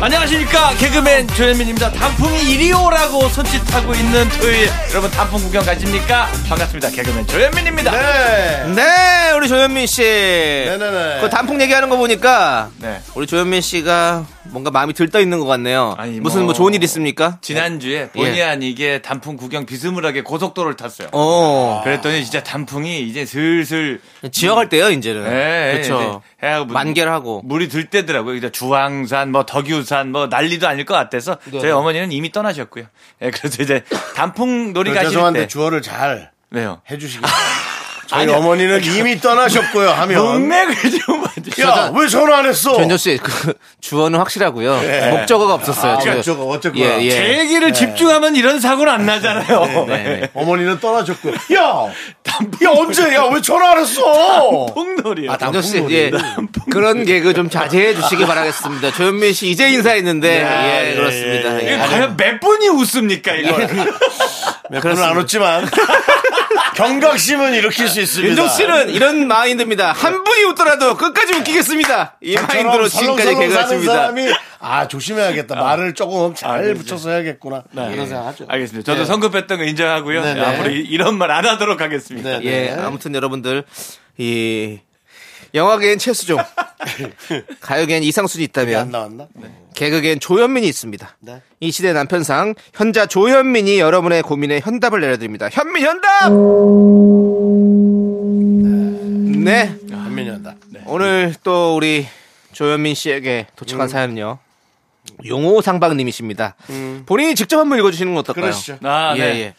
[SPEAKER 6] 안녕하십니까 개그맨 조현민입니다 단풍이 이리 오라고 손짓하고 있는 토요일 여러분 단풍 구경 가십니까 반갑습니다 개그맨 조현민입니다
[SPEAKER 1] 네.
[SPEAKER 2] 네, 우리 조현민 씨.
[SPEAKER 1] 네네네.
[SPEAKER 2] 그 단풍 얘기하는 거 보니까
[SPEAKER 6] 네.
[SPEAKER 2] 우리 조현민 씨가 뭔가 마음이 들떠 있는 것 같네요.
[SPEAKER 6] 아니,
[SPEAKER 2] 무슨
[SPEAKER 6] 뭐-
[SPEAKER 2] 뭐 좋은 일 있습니까?
[SPEAKER 6] 지난주에 본의
[SPEAKER 2] 예.
[SPEAKER 6] 아니게 단풍 구경 비스무하게 고속도로를 탔어요
[SPEAKER 2] 어.
[SPEAKER 6] 그랬더니 진짜 단풍이 이제 슬슬
[SPEAKER 2] 지어갈 때요, 이제는.
[SPEAKER 6] 예, 예,
[SPEAKER 2] 그렇죠.
[SPEAKER 6] 이제 해하고 물-
[SPEAKER 2] 만개를 하고.
[SPEAKER 6] 물이 들 때더라고요. 이제 주황산, 뭐 덕유산, 뭐 난리도 아닐 것 같아서 저희 어머니는 이미 떠나셨고요. 예, 그래서 이제 단풍 놀이
[SPEAKER 1] 그리고
[SPEAKER 6] 가실
[SPEAKER 1] 죄송한데
[SPEAKER 6] 때
[SPEAKER 1] 주어를 잘
[SPEAKER 6] 왜요?
[SPEAKER 1] 해주시기 바랍니다.
[SPEAKER 2] 아,
[SPEAKER 1] 저희 어머니는 이미 떠나셨고요 하면.
[SPEAKER 6] 동맥을 좀 봐주세요.
[SPEAKER 1] 야, 왜 전화 안 했어?
[SPEAKER 2] 전조 씨, 그, 주어는 확실하고요.
[SPEAKER 6] 네.
[SPEAKER 2] 목적어가 없었어요.
[SPEAKER 1] 아,
[SPEAKER 2] 지금.
[SPEAKER 1] 목적어, 어쨌거나.
[SPEAKER 2] 예, 네, 예.
[SPEAKER 6] 제
[SPEAKER 1] 네.
[SPEAKER 6] 얘기를 집중하면 이런 사고는 안 나잖아요.
[SPEAKER 1] 어머니는 떠나셨고요. 야! 야, 언제? 야, 왜 전화 안 했어?
[SPEAKER 6] 풍놀이요.
[SPEAKER 1] 아,
[SPEAKER 2] 전조 씨,
[SPEAKER 1] 단풍놀이.
[SPEAKER 2] 예, 그런 개그 좀 자제해 주시기 바라겠습니다. 조현민 씨 이제
[SPEAKER 1] 네,
[SPEAKER 2] 인사했는데, 예, 그렇습니다.
[SPEAKER 6] 이게
[SPEAKER 2] 예.
[SPEAKER 1] 아,
[SPEAKER 6] 과연 몇 분이 웃습니까 이걸?
[SPEAKER 1] 오늘 안 웃지만. 경각심은 일으킬 수 있습니다. 네.
[SPEAKER 2] 윤종 씨는 이런 마인드입니다. 한 분이 웃더라도 끝까지 웃기겠습니다. 이 마인드로
[SPEAKER 1] 저처럼
[SPEAKER 2] 지금까지
[SPEAKER 1] 설렁설렁 사는
[SPEAKER 2] 개그했습니다. 아, 네,
[SPEAKER 1] 사람이 아 조심해야겠다 말을 조금 잘 붙여서 해야겠구나 이런 생각하죠.
[SPEAKER 6] 알겠습니다. 저도 성급했던 거 인정하고요.
[SPEAKER 1] 네, 네.
[SPEAKER 6] 앞으로 이- 이런 말 안 하도록 하겠습니다.
[SPEAKER 1] 네, 네.
[SPEAKER 2] 예, 아무튼 여러분들 이 영화계엔 최수종, 가요계엔
[SPEAKER 1] 안
[SPEAKER 2] 이상순이 있다면
[SPEAKER 1] 나왔나?
[SPEAKER 2] 네. 개그계엔 조현민이 있습니다.
[SPEAKER 1] 네.
[SPEAKER 2] 이 시대 남편상 현자 조현민이 여러분의 고민에 현답을 내려드립니다. 현민 현답. 네,
[SPEAKER 1] 한민이 한다.
[SPEAKER 2] 오늘 또 우리 조현민 씨에게
[SPEAKER 6] 음.
[SPEAKER 2] 도착한 사연은요. 용호상박님이십니다. 본인이 직접 한번 읽어주시는 건 어떨까요?
[SPEAKER 1] 그러시죠.
[SPEAKER 6] 음. 아,
[SPEAKER 2] 예,
[SPEAKER 6] 네.
[SPEAKER 2] 예.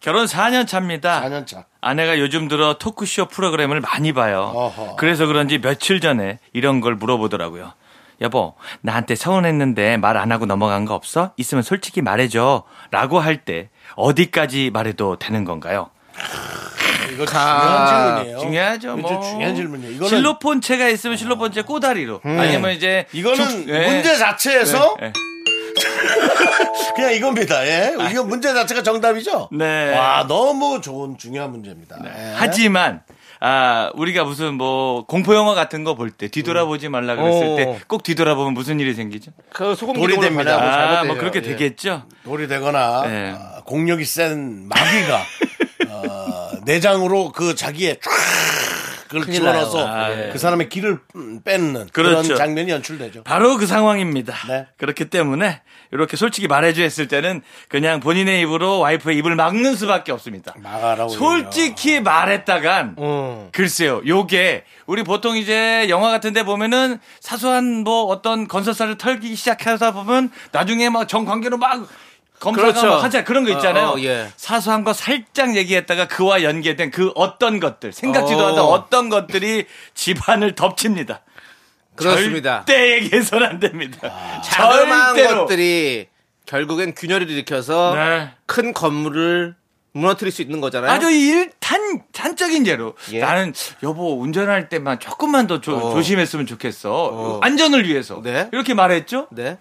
[SPEAKER 6] 결혼 4년 차입니다.
[SPEAKER 1] 4년 차.
[SPEAKER 6] 아내가 요즘 들어 토크쇼 프로그램을 많이 봐요.
[SPEAKER 1] 어허.
[SPEAKER 6] 그래서 그런지 며칠 전에 이런 걸 물어보더라고요. 여보, 나한테 서운했는데 말 안 하고 넘어간 거 없어? 있으면 솔직히 말해줘. 라고 할 때 어디까지 말해도 되는 건가요?
[SPEAKER 1] 이거 중요한 질문이에요.
[SPEAKER 6] 중요하죠.
[SPEAKER 1] 이거
[SPEAKER 6] 뭐.
[SPEAKER 1] 중요한 질문이에요. 이거는 음.
[SPEAKER 6] 실로폰체가 있으면 실로폰체 꼬다리로. 아니면 이제
[SPEAKER 1] 이거는
[SPEAKER 6] 죽- 예.
[SPEAKER 1] 문제 자체에서
[SPEAKER 6] 예.
[SPEAKER 1] 그냥 이겁니다. 예, 이거 문제 자체가 정답이죠.
[SPEAKER 6] 네.
[SPEAKER 1] 와 너무 좋은 중요한 문제입니다. 예.
[SPEAKER 6] 하지만 아 우리가 무슨 뭐 공포 영화 같은 거 볼 때 뒤돌아보지 말라
[SPEAKER 2] 오.
[SPEAKER 6] 그랬을 때 꼭 뒤돌아보면 무슨 일이 생기죠?
[SPEAKER 2] 그 소금
[SPEAKER 1] 돌이
[SPEAKER 2] 기둥으로
[SPEAKER 1] 됩니다.
[SPEAKER 2] 가려고
[SPEAKER 6] 아
[SPEAKER 2] 잘못
[SPEAKER 6] 뭐
[SPEAKER 2] 돼요.
[SPEAKER 6] 그렇게
[SPEAKER 2] 예.
[SPEAKER 6] 되겠죠.
[SPEAKER 1] 돌이 되거나
[SPEAKER 6] 예.
[SPEAKER 1] 어, 공력이 센 마귀가 어, 내장으로 그 자기의 쫙 그걸 집어넣어서
[SPEAKER 6] 아, 예.
[SPEAKER 1] 그 사람의 기를 음, 뺏는 그런
[SPEAKER 6] 그렇죠.
[SPEAKER 1] 장면이 연출되죠.
[SPEAKER 6] 바로 그 상황입니다.
[SPEAKER 1] 네.
[SPEAKER 6] 그렇기 때문에 이렇게 솔직히 말해줘 했을 때는 그냥 본인의 입으로 와이프의 입을 막는 수밖에 없습니다.
[SPEAKER 1] 막아라고.
[SPEAKER 6] 솔직히 말했다간
[SPEAKER 2] 어.
[SPEAKER 6] 글쎄요 요게 우리 보통 이제 영화 같은데 보면은 사소한 뭐 어떤 건설사를 털기 시작하다 보면 나중에 막 정관계로 막 검사가
[SPEAKER 2] 그렇죠.
[SPEAKER 6] 막 하자 그런 거 있잖아요.
[SPEAKER 2] 어, 어, 예.
[SPEAKER 6] 사소한 거 살짝 얘기했다가 그와 연계된 그 어떤 것들 생각지도
[SPEAKER 2] 어.
[SPEAKER 6] 않던 어떤 것들이 집안을 덮칩니다.
[SPEAKER 2] 그렇습니다. 아,
[SPEAKER 6] 절대 얘기해서는 안 됩니다.
[SPEAKER 2] 자그마한
[SPEAKER 6] 절대로.
[SPEAKER 2] 것들이 예. 결국엔 균열을 일으켜서
[SPEAKER 6] 네.
[SPEAKER 2] 큰 건물을 무너뜨릴 수 있는 거잖아요.
[SPEAKER 6] 아주 일탄 단적인 예로
[SPEAKER 2] 예.
[SPEAKER 6] 나는 여보 운전할 때만 조금만 더 조,
[SPEAKER 2] 어.
[SPEAKER 6] 심했으면 좋겠어 안전을 위해서
[SPEAKER 2] 네.
[SPEAKER 6] 이렇게 말했죠
[SPEAKER 2] 네.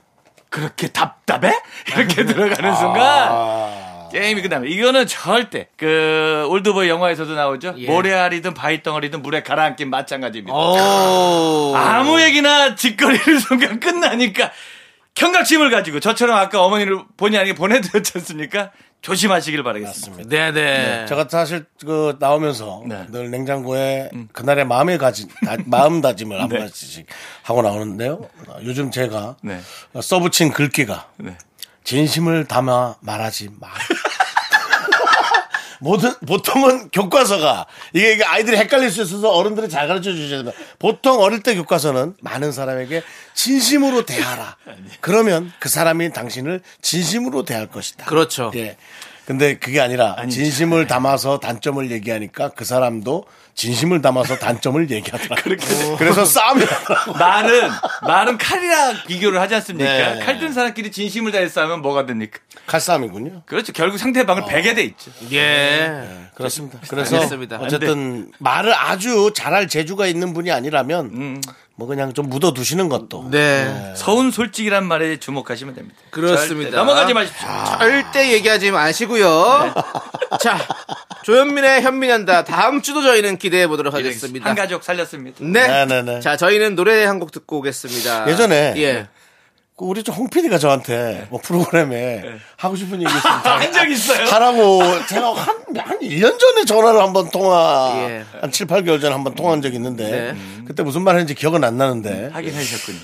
[SPEAKER 6] 그렇게 답답해 이렇게 들어가는 순간 게임이 그다음에 이거는 절대 그 올드보이 영화에서도 나오죠
[SPEAKER 2] 예.
[SPEAKER 6] 모래알이든 바위덩어리든 물에 가라앉긴 마찬가지입니다
[SPEAKER 2] 오.
[SPEAKER 6] 아무 얘기나 짓거리는 순간 끝나니까 경각심을 가지고 저처럼 아까 어머니를 본의 아니게 보내드렸지 않습니까 조심하시길 바라겠습니다
[SPEAKER 2] 네네.
[SPEAKER 1] 제가 사실 그 나오면서
[SPEAKER 6] 네.
[SPEAKER 1] 늘 냉장고에 그날의 마음의 가지 다- 마음다짐을 한 번씩 하고 나오는데요. 어, 요즘 제가
[SPEAKER 6] 네.
[SPEAKER 1] 써붙인 글귀가
[SPEAKER 6] 네.
[SPEAKER 1] 진심을 담아 말하지 마. 모든 보통은 교과서가 이게, 이게 아이들이 헷갈릴 수 있어서 어른들이 잘 가르쳐 주셔야 됩니다. 보통 어릴 때 교과서는 많은 사람에게 진심으로 대하라.
[SPEAKER 6] 네.
[SPEAKER 1] 그러면 그 사람이 당신을 진심으로 대할 것이다.
[SPEAKER 2] 그렇죠.
[SPEAKER 1] 예. 근데 그게 아니라 진심을 담아서 단점을 얘기하니까 그 사람도 진심을 담아서 단점을 얘기하더라. 그래서 싸움이 나더라고.
[SPEAKER 6] 나는 나는 칼이랑 비교를 하지 않습니까?
[SPEAKER 1] 네.
[SPEAKER 6] 칼 든 사람끼리 진심을 다해 싸우면 뭐가 됩니까?
[SPEAKER 1] 칼싸움이군요.
[SPEAKER 6] 그렇죠. 결국 상대방을 베게 돼 있죠.
[SPEAKER 2] 예.
[SPEAKER 1] 그렇습니다. 그래서
[SPEAKER 2] 알겠습니다.
[SPEAKER 1] 어쨌든 말을 아주 잘할 재주가 있는 분이 아니라면
[SPEAKER 6] 음.
[SPEAKER 1] 뭐 그냥 좀 묻어 두시는 것도
[SPEAKER 2] 네.
[SPEAKER 6] 서운 솔직이란 말에 주목하시면 됩니다.
[SPEAKER 2] 그렇습니다. 아.
[SPEAKER 6] 절대 넘어가지 마십시오.
[SPEAKER 2] 절대 얘기하지 마시고요.
[SPEAKER 6] 네.
[SPEAKER 2] 자, 조현민의 현민한다. 다음 주도 저희는 기대해 보도록 하겠습니다.
[SPEAKER 6] 한 가족 살렸습니다.
[SPEAKER 2] 네.
[SPEAKER 1] 네, 네, 네.
[SPEAKER 2] 자, 저희는 노래 한 곡 듣고 오겠습니다.
[SPEAKER 1] 예전에
[SPEAKER 2] 예.
[SPEAKER 1] 그 우리 좀 홍PD가 저한테 뭐 프로그램에 하고 싶은 얘기 있으면 다
[SPEAKER 6] 한 적 있어요.
[SPEAKER 1] 하라고 제가 한, 한 1년 전에 전화를 한번 통화,
[SPEAKER 2] 예.
[SPEAKER 1] 한 7, 8개월 전에 한번 통화한 적이 있는데,
[SPEAKER 2] 네.
[SPEAKER 1] 음. 그때 무슨 말 했는지 기억은 안 나는데,
[SPEAKER 6] 하긴 하셨군요.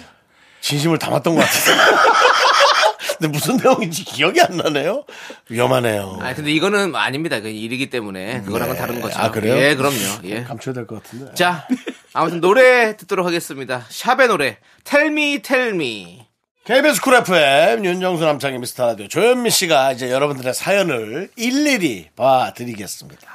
[SPEAKER 1] 진심을 담았던 것 같아요. 근데 무슨 내용인지 기억이 안 나네요? 위험하네요.
[SPEAKER 2] 아, 근데 이거는 아닙니다. 그 일이기 때문에 그거랑은 다른 거죠.
[SPEAKER 1] 아, 그래요?
[SPEAKER 2] 예, 그럼요. 예.
[SPEAKER 1] 감춰야 될 것 같은데.
[SPEAKER 2] 자, 아무튼 노래 듣도록 하겠습니다. 샵의 노래. 텔미 텔미.
[SPEAKER 1] KBS 쿨 FM 윤정수 남창희 미스터 라디오 조현미 씨가 이제 여러분들의 사연을 일일이 봐드리겠습니다.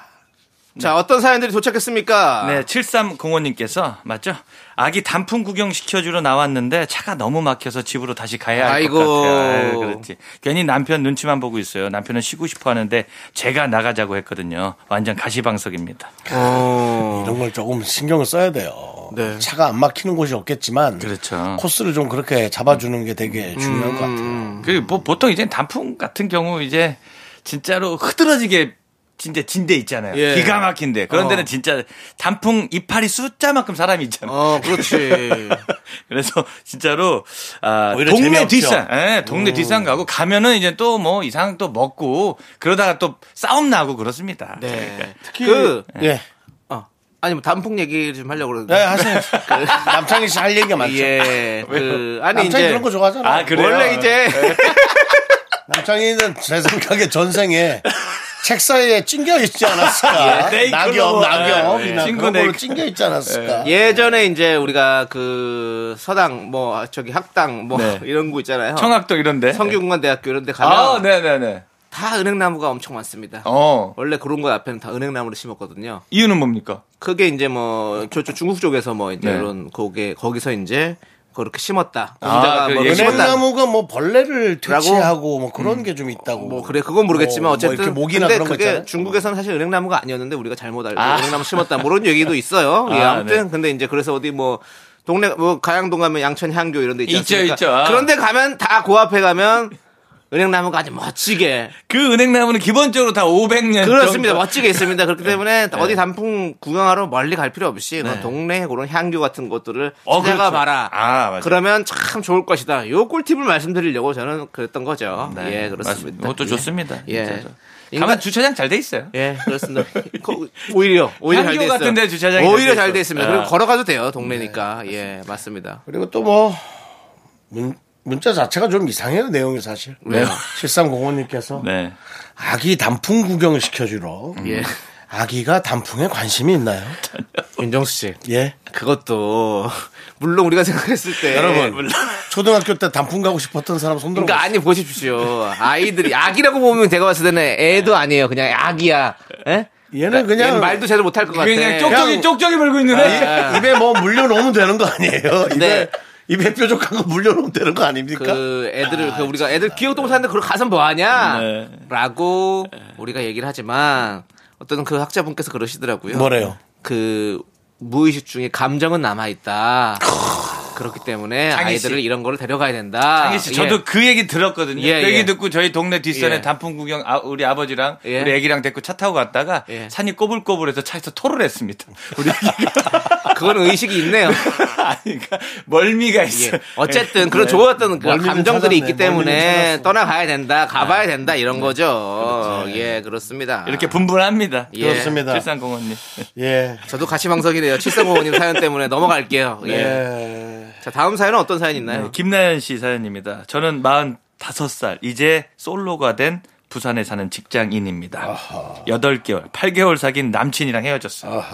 [SPEAKER 1] 네.
[SPEAKER 2] 자, 어떤 사연들이 도착했습니까?
[SPEAKER 6] 네, 7305님께서 맞죠? 아기 단풍 구경 시켜주러 나왔는데 차가 너무 막혀서 집으로 다시 가야 할 것
[SPEAKER 2] 아이고.
[SPEAKER 6] 같아요. 아유, 그렇지. 괜히 남편 눈치만 보고 있어요. 남편은 쉬고 싶어 하는데 제가 나가자고 했거든요. 완전 가시방석입니다.
[SPEAKER 1] 이런 걸 조금 신경을 써야 돼요. 차가 안 막히는 곳이 없겠지만
[SPEAKER 6] 네. 그렇죠.
[SPEAKER 1] 코스를 좀 그렇게 잡아주는 게 되게 중요한 것 같아요.
[SPEAKER 6] 그 뭐 보통 이제 단풍 같은 경우 이제 진짜로 흐드러지게 진짜 진데 있잖아요.
[SPEAKER 2] 예.
[SPEAKER 6] 기가 막힌데 그런 데는 진짜 단풍 이파리 숫자만큼 사람이 있잖아요.
[SPEAKER 2] 어, 그렇지.
[SPEAKER 6] 그래서 진짜로 아,
[SPEAKER 1] 오히려
[SPEAKER 6] 동네
[SPEAKER 1] 재미없죠.
[SPEAKER 6] 뒷산, 예, 동네
[SPEAKER 2] 음.
[SPEAKER 6] 뒷산 가고 가면은 이제 또 뭐 이상 또 먹고 그러다가 또 싸움 나고 그렇습니다.
[SPEAKER 2] 네. 특히
[SPEAKER 1] 그,
[SPEAKER 2] 그
[SPEAKER 1] 예.
[SPEAKER 2] 어. 아니 뭐 단풍 얘기 좀 하려고 그러는데.
[SPEAKER 1] 네, 하세요. 남창희 씨 할 얘기가 많죠.
[SPEAKER 2] 예. 그 아니
[SPEAKER 1] 남창희
[SPEAKER 2] 이제
[SPEAKER 1] 그런 거 좋아하잖아. 네.
[SPEAKER 6] 아 그래요?
[SPEAKER 2] 원래 이제
[SPEAKER 1] 남창희는 제 생각에 전생에 책 사이에 찡겨 있지 않았을까?
[SPEAKER 2] 예.
[SPEAKER 6] 네,
[SPEAKER 1] 낙엽,
[SPEAKER 6] 그걸로.
[SPEAKER 1] 낙엽이나
[SPEAKER 6] 예, 예.
[SPEAKER 1] 그런 걸로
[SPEAKER 6] 친구네.
[SPEAKER 1] 찡겨 있지 않았을까?
[SPEAKER 2] 예전에 이제 우리가 그 서당 뭐 저기 학당 뭐
[SPEAKER 6] 네.
[SPEAKER 2] 이런 거 있잖아요.
[SPEAKER 6] 청학동
[SPEAKER 1] 네.
[SPEAKER 6] 이런데.
[SPEAKER 2] 성균관대학교 이런 데 가면
[SPEAKER 6] 아, 네네네.
[SPEAKER 2] 다 은행나무가 엄청 많습니다.
[SPEAKER 6] 어
[SPEAKER 2] 원래 그런 거 앞에는 다 은행나무를 심었거든요.
[SPEAKER 6] 이유는 뭡니까?
[SPEAKER 2] 그게 이제 뭐 저쪽 중국 쪽에서 뭐 이제
[SPEAKER 6] 네.
[SPEAKER 2] 이런 거기 거기서 이제 그렇게 심었다.
[SPEAKER 6] 아,
[SPEAKER 2] 공자가
[SPEAKER 6] 그
[SPEAKER 2] 뭐
[SPEAKER 6] 예전에
[SPEAKER 2] 심었다.
[SPEAKER 1] 은행나무가 뭐 벌레를
[SPEAKER 2] 라고?
[SPEAKER 1] 퇴치하고 뭐 그런 게 좀 있다고.
[SPEAKER 2] 뭐 그래 그건 모르겠지만
[SPEAKER 1] 뭐, 뭐
[SPEAKER 2] 어쨌든
[SPEAKER 1] 이렇게 목이나
[SPEAKER 2] 근데
[SPEAKER 1] 그런 거
[SPEAKER 2] 그게
[SPEAKER 1] 있잖아요.
[SPEAKER 2] 중국에서는 사실 은행나무가 아니었는데 우리가 잘못 알고
[SPEAKER 6] 아.
[SPEAKER 2] 은행나무 심었다 뭐 이런 얘기도 있어요. 예,
[SPEAKER 6] 아,
[SPEAKER 2] 아무튼
[SPEAKER 6] 네.
[SPEAKER 2] 근데 이제 그래서 어디 뭐 동네 뭐 가양동 가면 양천 향교 이런 데 있지
[SPEAKER 6] 있죠,
[SPEAKER 2] 않습니까?
[SPEAKER 6] 있죠. 아.
[SPEAKER 2] 그런데 가면 다 그 앞에 가면 은행나무가 아주 멋지게
[SPEAKER 6] 그 은행나무는 기본적으로 다 500년.
[SPEAKER 2] 그렇습니다.
[SPEAKER 6] 정도.
[SPEAKER 2] 멋지게 있습니다. 그렇기 때문에 어디 단풍 구경하러 멀리 갈 필요 없이 그냥 동네 그런 향교 같은 것들을
[SPEAKER 6] 어,
[SPEAKER 2] 찾아가
[SPEAKER 6] 그렇죠.
[SPEAKER 2] 봐라.
[SPEAKER 6] 아, 맞아요.
[SPEAKER 2] 그러면 참 좋을 것이다. 요 꿀팁을 말씀드리려고 저는 그랬던 거죠. 예,
[SPEAKER 6] 네, 맞습니다.
[SPEAKER 2] 그렇습니다.
[SPEAKER 6] 그것도
[SPEAKER 2] 예.
[SPEAKER 6] 좋습니다.
[SPEAKER 2] 예.
[SPEAKER 6] 진짜로.
[SPEAKER 2] 인간-
[SPEAKER 6] 가면 주차장 잘 돼 있어요.
[SPEAKER 2] 예, 그렇습니다. 거- 오히려 오히려
[SPEAKER 6] 향교
[SPEAKER 2] 잘돼 있어요.
[SPEAKER 6] 같은 데 주차장이
[SPEAKER 2] 오히려
[SPEAKER 6] 잘돼
[SPEAKER 2] 잘 돼
[SPEAKER 6] 있어요.
[SPEAKER 2] 있습니다.
[SPEAKER 6] 아.
[SPEAKER 2] 그리고 걸어가도 돼요. 동네니까. 예, 맞습니다.
[SPEAKER 1] 그리고 또 뭐 문자 자체가 좀 이상해요 내용이 사실.
[SPEAKER 2] 왜요?
[SPEAKER 1] 7305님께서
[SPEAKER 6] 네.
[SPEAKER 1] 아기 단풍 구경 시켜주러
[SPEAKER 2] 예.
[SPEAKER 1] 아기가 단풍에 관심이 있나요?
[SPEAKER 2] 윤정수 씨.
[SPEAKER 1] 예.
[SPEAKER 2] 그것도 물론 우리가 생각했을 때
[SPEAKER 1] 여러분 예. 초등학교 때 단풍 가고 싶었던 사람 손 들어.
[SPEAKER 2] 그러니까 아니 보십시오. 아이들이 아기라고 보면 제가 봤을 때는
[SPEAKER 6] 네.
[SPEAKER 2] 애도 아니에요. 그냥 아기야. 예?
[SPEAKER 1] 얘는 그냥
[SPEAKER 2] 얘는 말도 제대로 못할 것 같아. 예.
[SPEAKER 6] 그냥 쪽쪽이 쪽쪽이 물고 있는 애.
[SPEAKER 2] 네. 아,
[SPEAKER 1] 입에 뭐 물려놓으면 되는 거 아니에요? 입에
[SPEAKER 2] 네.
[SPEAKER 1] 입에 뾰족한 거 물려놓으면 되는 거 그러니까? 아닙니까?
[SPEAKER 2] 그 애들을 그 우리가 애들 귀여운 사는데 그걸 가서 뭐
[SPEAKER 6] 네.
[SPEAKER 2] 하냐라고
[SPEAKER 1] 네.
[SPEAKER 2] 우리가 얘기를 하지만 어떤 그 학자분께서 그러시더라고요.
[SPEAKER 1] 뭐래요?
[SPEAKER 2] 그 무의식 중에 감정은 남아 있다. 그렇기 때문에
[SPEAKER 6] 장희 씨.
[SPEAKER 2] 아이들을 이런 거를 데려가야 된다.
[SPEAKER 6] 장희 씨,
[SPEAKER 2] 예.
[SPEAKER 6] 저도 그 얘기 들었거든요.
[SPEAKER 2] 예,
[SPEAKER 6] 그 얘기
[SPEAKER 2] 예.
[SPEAKER 6] 듣고 저희 동네 뒷산에
[SPEAKER 2] 예.
[SPEAKER 6] 단풍 구경 아, 우리 아버지랑
[SPEAKER 2] 예.
[SPEAKER 6] 우리 애기랑 데리고 차 타고 갔다가
[SPEAKER 2] 예.
[SPEAKER 6] 산이 꼬불꼬불해서 차에서 토를 했습니다.
[SPEAKER 1] 그
[SPEAKER 6] 우리 애기가
[SPEAKER 2] 그건 의식이 있네요.
[SPEAKER 6] 아니 그러니까 멀미가 있어.
[SPEAKER 2] 예.
[SPEAKER 6] 요
[SPEAKER 2] 어쨌든 그런 좋았던 그
[SPEAKER 1] 네. 멀미는
[SPEAKER 2] 감정들이
[SPEAKER 1] 찾았네. 네.
[SPEAKER 2] 있기
[SPEAKER 1] 멀미는
[SPEAKER 2] 때문에
[SPEAKER 1] 찾았어.
[SPEAKER 2] 떠나가야 된다, 가봐야 된다 이런
[SPEAKER 1] 그렇죠.
[SPEAKER 2] 거죠. 예, 그렇습니다.
[SPEAKER 6] 이렇게 분분합니다.
[SPEAKER 2] 예.
[SPEAKER 1] 네. 그렇습니다.
[SPEAKER 6] 칠산공원님.
[SPEAKER 1] 예.
[SPEAKER 2] 저도 가시방석이네요. 7355님 사연 때문에 넘어갈게요.
[SPEAKER 6] 네.
[SPEAKER 2] 예.
[SPEAKER 1] 예.
[SPEAKER 2] 자, 다음 사연은 어떤 사연 있나요?
[SPEAKER 6] 김나연 씨 사연입니다. 저는 45살 이제 솔로가 된 부산에 사는 직장인입니다. 8개월, 8개월 사귄 남친이랑 헤어졌어요.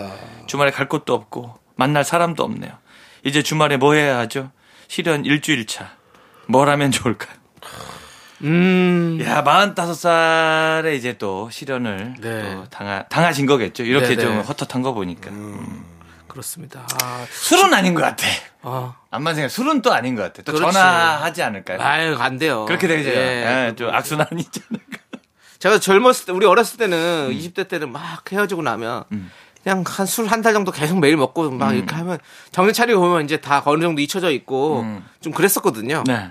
[SPEAKER 6] 주말에 갈 곳도 없고 만날 사람도 없네요. 이제 주말에 뭐 해야 하죠? 실현 일주일 차. 뭘 하면 좋을까요? 음. 야, 45살에 이제 또
[SPEAKER 2] 네.
[SPEAKER 6] 실현을
[SPEAKER 2] 어,
[SPEAKER 6] 또 당하, 당하신 거겠죠. 이렇게
[SPEAKER 2] 네네. 음,
[SPEAKER 6] 좀 헛헛한 거 보니까. 음.
[SPEAKER 2] 그렇습니다. 아,
[SPEAKER 6] 술은 아닌 것 같아.
[SPEAKER 2] 아.
[SPEAKER 6] 안만 생각, 술은 또 아닌 것 같아. 또
[SPEAKER 2] 그렇지.
[SPEAKER 6] 전화하지 않을까요?
[SPEAKER 2] 네. 아유, 안 돼요.
[SPEAKER 6] 그렇게 되죠.
[SPEAKER 2] 예.
[SPEAKER 6] 예, 좀 악순환이 있잖아요.
[SPEAKER 2] 제가 젊었을 때, 우리 어렸을
[SPEAKER 6] 음.
[SPEAKER 2] 때는 20대 때는 막 헤어지고 나면 그냥 한 술 한 달 정도 계속 매일 먹고
[SPEAKER 6] 음.
[SPEAKER 2] 막 이렇게 하면 정신 차리고 보면 이제 다 어느 정도 잊혀져 있고 좀 그랬었거든요.
[SPEAKER 6] 음. 네.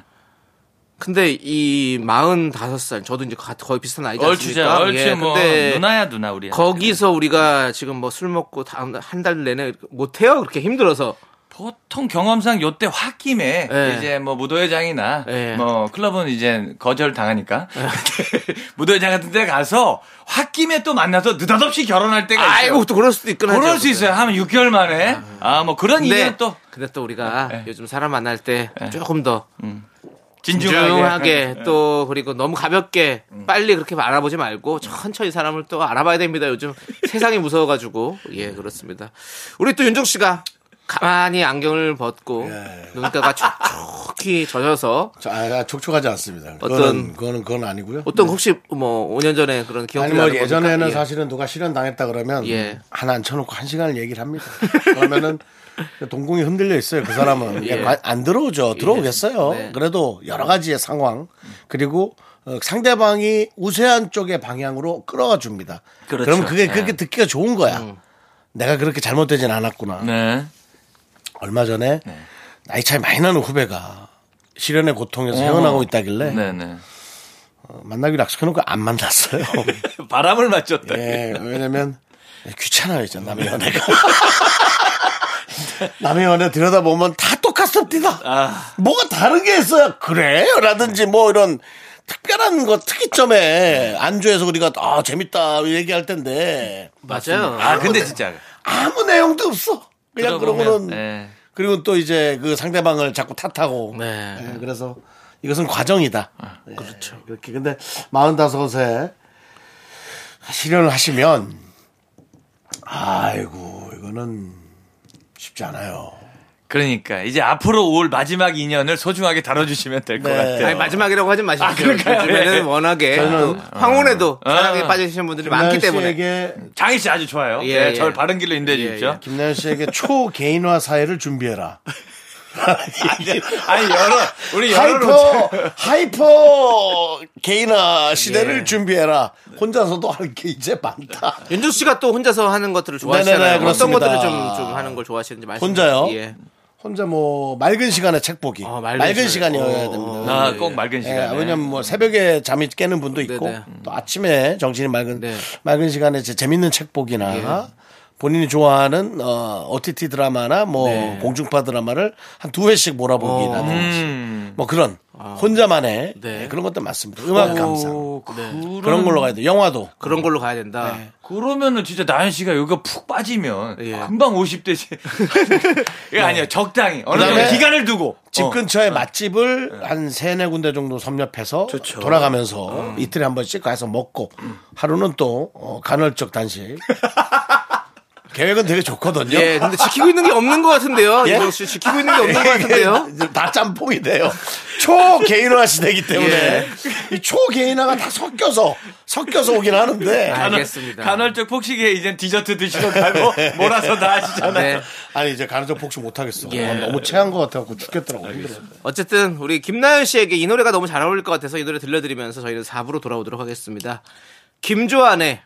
[SPEAKER 2] 근데 이 45살, 저도 이제 가- 거의 비슷한 나이지
[SPEAKER 6] 얼추죠.
[SPEAKER 2] 않습니까?
[SPEAKER 6] 얼추
[SPEAKER 2] 예,
[SPEAKER 6] 뭐 네.
[SPEAKER 2] 근데
[SPEAKER 6] 누나야 누나 우리.
[SPEAKER 2] 거기서 우리가 지금 뭐 술 먹고 다음 한 달 내내 못 해요. 그렇게 힘들어서.
[SPEAKER 6] 보통 경험상 요때 홧김에
[SPEAKER 2] 예.
[SPEAKER 6] 이제 뭐 무도회장이나
[SPEAKER 2] 예.
[SPEAKER 6] 뭐 클럽은 이제 거절 당하니까 무도회장 같은 데 가서 홧김에 또 만나서 느닷없이 결혼할 때가 있어요.
[SPEAKER 2] 아이고 또 그럴 수도 있구나.
[SPEAKER 6] 그럴 수 있어요. 한 6개월 만에. 아, 뭐 그런
[SPEAKER 2] 근데
[SPEAKER 6] 인연
[SPEAKER 2] 또
[SPEAKER 6] 또 네.
[SPEAKER 2] 근데 또 우리가
[SPEAKER 6] 예.
[SPEAKER 2] 요즘 사람 만날 때 조금 더
[SPEAKER 6] 진중하게. 네. 음.
[SPEAKER 2] 중하게 또 그리고 너무 가볍게 빨리 그렇게 알아보지 말고 천천히 사람을 또 알아봐야 됩니다. 요즘 세상이 무서워가지고 예 그렇습니다. 우리 또 윤종 씨가 가만히 안경을 벗고
[SPEAKER 1] 예.
[SPEAKER 2] 눈가가 촉촉히 젖어서
[SPEAKER 1] 저, 아, 촉촉하지 않습니다.
[SPEAKER 2] 어떤-
[SPEAKER 1] 그거는, 그거는 그건 아니고요.
[SPEAKER 2] 어떤 혹시 뭐 5년 전에 그런 기억이
[SPEAKER 1] 아니 뭐
[SPEAKER 2] 나는
[SPEAKER 1] 예전에는
[SPEAKER 2] 겁니까? 예.
[SPEAKER 1] 사실은 누가 실현 당했다 그러면
[SPEAKER 2] 예.
[SPEAKER 1] 하나 앉혀놓고 한 시간을 얘기를 합니다. 그러면은 동공이 흔들려 있어요. 그 사람은
[SPEAKER 2] 예.
[SPEAKER 1] 관- 안 들어오죠. 들어오겠어요.
[SPEAKER 2] 네.
[SPEAKER 1] 그래도 여러 가지의 상황 그리고 어, 상대방이 우세한 쪽의 방향으로 끌어와 줍니다.
[SPEAKER 6] 그렇죠.
[SPEAKER 1] 그럼 그게
[SPEAKER 2] 예.
[SPEAKER 1] 그렇게 듣기가 좋은 거야.
[SPEAKER 2] 음.
[SPEAKER 1] 내가 그렇게 잘못되진 않았구나.
[SPEAKER 6] 네.
[SPEAKER 1] 얼마 전에
[SPEAKER 2] 네.
[SPEAKER 1] 나이 차이 많이 나는 후배가 실현의 고통에서 헤어나고 있다길래
[SPEAKER 6] 네, 네.
[SPEAKER 1] 어, 만나기로 약속해놓고 안 만났어요.
[SPEAKER 6] 바람을 맞췄다.
[SPEAKER 1] 예, 왜냐면 예, 귀찮아요, 진짜 남의 연애가. 남의 연애 들여다보면 다 똑같습니다.
[SPEAKER 6] 아.
[SPEAKER 1] 뭐가 다른 게 있어요? 그래요? 라든지 뭐 이런 특별한 거 특이점에 안주해서 우리가 아, 재밌다 얘기할 텐데
[SPEAKER 2] 맞아요.
[SPEAKER 6] 아, 근데 진짜.
[SPEAKER 1] 아무 내용도 없어. 그냥
[SPEAKER 6] 들어보면,
[SPEAKER 1] 그러고는
[SPEAKER 6] 예.
[SPEAKER 1] 그리고 또 이제 그 상대방을 자꾸 탓하고.
[SPEAKER 2] 네. 아,
[SPEAKER 1] 예, 그래서 이것은 과정이다. 그렇죠. 그렇게 근데 45세 실현을 하시면 아이고 이거는 쉽지 않아요.
[SPEAKER 6] 그러니까 이제 앞으로 올 마지막 인연을 소중하게 다뤄주시면 될 것
[SPEAKER 1] 네.
[SPEAKER 6] 같아요.
[SPEAKER 2] 아니, 마지막이라고 하지 마십시오.
[SPEAKER 6] 그럴까요?
[SPEAKER 2] 요즘에는
[SPEAKER 6] 예.
[SPEAKER 2] 워낙에
[SPEAKER 1] 저는- 그
[SPEAKER 2] 또 황혼에도
[SPEAKER 6] 아.
[SPEAKER 2] 사랑에 빠지시는 분들이 많기 때문에
[SPEAKER 1] 씨에게
[SPEAKER 6] 장희 씨 아주 좋아요.
[SPEAKER 2] 예,
[SPEAKER 6] 예,
[SPEAKER 2] 예.
[SPEAKER 6] 저를 바른 길로 인도해
[SPEAKER 2] 예,
[SPEAKER 6] 주십시오.
[SPEAKER 1] 김나연 씨에게 초 개인화 사회를 준비해라.
[SPEAKER 6] 아니, 여러, 우리 여러
[SPEAKER 1] 하이퍼 하이퍼 개인화
[SPEAKER 2] 예.
[SPEAKER 1] 시대를 준비해라. 혼자서도 할 게 이제 많다.
[SPEAKER 2] 윤주 씨가 또 혼자서 하는 것들을
[SPEAKER 1] 네네네,
[SPEAKER 2] 좋아하시잖아요. 어떤
[SPEAKER 1] 그렇습니다.
[SPEAKER 2] 것들을 좀, 좀 하는 걸 좋아하시는지 말씀.
[SPEAKER 1] 혼자요?
[SPEAKER 2] 예.
[SPEAKER 1] 혼자 뭐 맑은 시간에 책 보기.
[SPEAKER 2] 아, 맑은
[SPEAKER 1] 맑은,
[SPEAKER 2] 시간에.
[SPEAKER 1] 시간이어야
[SPEAKER 2] 어,
[SPEAKER 1] 됩니다.
[SPEAKER 6] 아, 꼭 맑은
[SPEAKER 1] 예,
[SPEAKER 6] 시간에.
[SPEAKER 1] 왜냐면 뭐 새벽에 잠이 깨는 분도 있고
[SPEAKER 2] 네네.
[SPEAKER 1] 또 아침에 정신이 맑은
[SPEAKER 2] 네.
[SPEAKER 1] 맑은 시간에 제 재밌는 책 보기나 본인이 좋아하는 어, OTT 드라마나 뭐 공중파 드라마를 한 두 회씩 몰아보기라든지
[SPEAKER 6] 음.
[SPEAKER 1] 뭐 그런 혼자만의
[SPEAKER 2] 네.
[SPEAKER 1] 예, 그런 것도 많습니다. 음악 감상
[SPEAKER 6] 오, 그런,
[SPEAKER 1] 그런 걸로 가야 돼. 영화도
[SPEAKER 2] 그런 걸로 가야 된다.
[SPEAKER 6] 그러면은 진짜 나연 씨가 여기가 푹 빠지면
[SPEAKER 2] 예.
[SPEAKER 6] 금방 50대지. 이거 아니에요. 적당히. 어느 정도
[SPEAKER 1] 그다음에
[SPEAKER 6] 기간을 두고.
[SPEAKER 1] 집
[SPEAKER 6] 어.
[SPEAKER 1] 근처에 맛집을 한 세네 군데 정도 섭렵해서 돌아가면서
[SPEAKER 6] 음.
[SPEAKER 1] 이틀에 한 번씩 가서 먹고 하루는 또 어, 간헐적 단식. 계획은 되게 좋거든요.
[SPEAKER 2] 예, 근데 지키고 있는 게 없는 것 같은데요. 윤정 씨 지키고 있는 게 없는 것 같은데요.
[SPEAKER 1] 이게 다 짬뽕이 돼요. 초 개인화 시대이기
[SPEAKER 6] 예.
[SPEAKER 1] 때문에 이 초 개인화가 다 섞여서 섞여서 오긴 하는데
[SPEAKER 6] 아,
[SPEAKER 2] 알겠습니다.
[SPEAKER 6] 간헐적 폭식에 이제 디저트 드시러 가고 몰아서 다 하시잖아요.
[SPEAKER 2] 네.
[SPEAKER 1] 아니 이제 간헐적 복식 못 하겠어.
[SPEAKER 2] 예.
[SPEAKER 1] 너무 체한 것 같아갖고 죽겠더라고.
[SPEAKER 2] 어쨌든 우리 김나연 씨에게 이 노래가 너무 잘 어울릴 것 같아서 이 노래 들려드리면서 저희는 4부로 돌아오도록 하겠습니다. 김조한의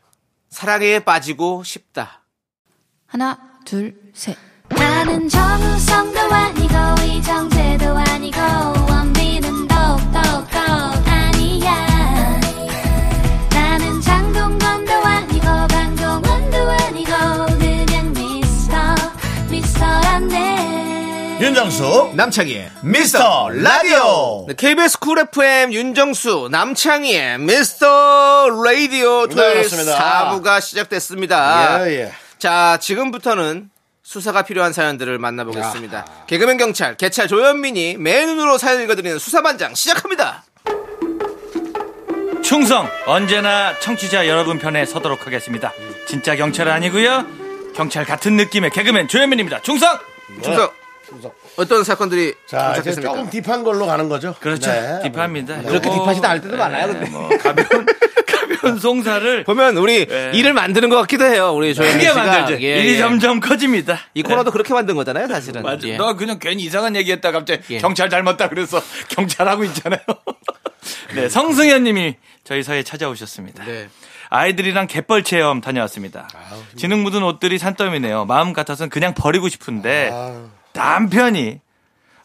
[SPEAKER 2] 사랑에 빠지고 싶다.
[SPEAKER 7] 하나, 둘, 셋.
[SPEAKER 5] 나는 정우성도 아니고 이정재도 아니고 원빈은 더욱더 아니야 나는 장동건도 아니고 강동원도 아니고 그냥 미스터 미스터란데
[SPEAKER 4] 윤정수
[SPEAKER 2] 남창희의
[SPEAKER 4] 미스터 라디오
[SPEAKER 2] 네, KBS 쿨 FM 윤정수 남창희의 미스터 라디오 토요일
[SPEAKER 1] 그렇습니다.
[SPEAKER 2] 4부가 시작됐습니다.
[SPEAKER 1] 예, 예.
[SPEAKER 2] 자 지금부터는 수사가 필요한 사연들을 만나보겠습니다. 개그맨 경찰 개찰 조현민이 맨 눈으로 사연 읽어드리는 수사반장 시작합니다.
[SPEAKER 6] 충성 언제나 청취자 여러분 편에 서도록 하겠습니다. 진짜 경찰 아니고요. 경찰 같은 느낌의 개그맨 조현민입니다. 충성.
[SPEAKER 2] 충성. 어떤 사건들이
[SPEAKER 1] 자, 이제
[SPEAKER 2] 도착했습니까? 어.
[SPEAKER 1] 조금 딥한 걸로 가는 거죠.
[SPEAKER 6] 그렇죠.
[SPEAKER 1] 네.
[SPEAKER 6] 딥합니다.
[SPEAKER 2] 아, 그렇게
[SPEAKER 6] 요거,
[SPEAKER 2] 딥하지도 않을 때도
[SPEAKER 6] 예,
[SPEAKER 2] 많아요, 근데.
[SPEAKER 6] 뭐 가벼운 가벼운 송사를
[SPEAKER 2] 어. 보면 우리
[SPEAKER 6] 네.
[SPEAKER 2] 일을 만드는 것 같기도 해요. 우리 조현민
[SPEAKER 6] 크게
[SPEAKER 2] 씨가
[SPEAKER 6] 만들죠.
[SPEAKER 2] 예,
[SPEAKER 6] 일이
[SPEAKER 2] 예.
[SPEAKER 6] 점점 커집니다.
[SPEAKER 2] 이 코너도 그렇게 만든 거잖아요, 사실은.
[SPEAKER 6] 맞아.
[SPEAKER 2] 예.
[SPEAKER 6] 너 그냥 괜히 이상한 얘기했다 갑자기
[SPEAKER 2] 예.
[SPEAKER 6] 경찰 닮았다 그래서 경찰하고 있잖아요. 네, 성승현님이 저희 사이에 찾아오셨습니다.
[SPEAKER 2] 네.
[SPEAKER 6] 아이들이랑 갯벌 체험 다녀왔습니다. 지능 묻은 옷들이 산더미네요. 마음 같아서는 그냥 버리고 싶은데 남편이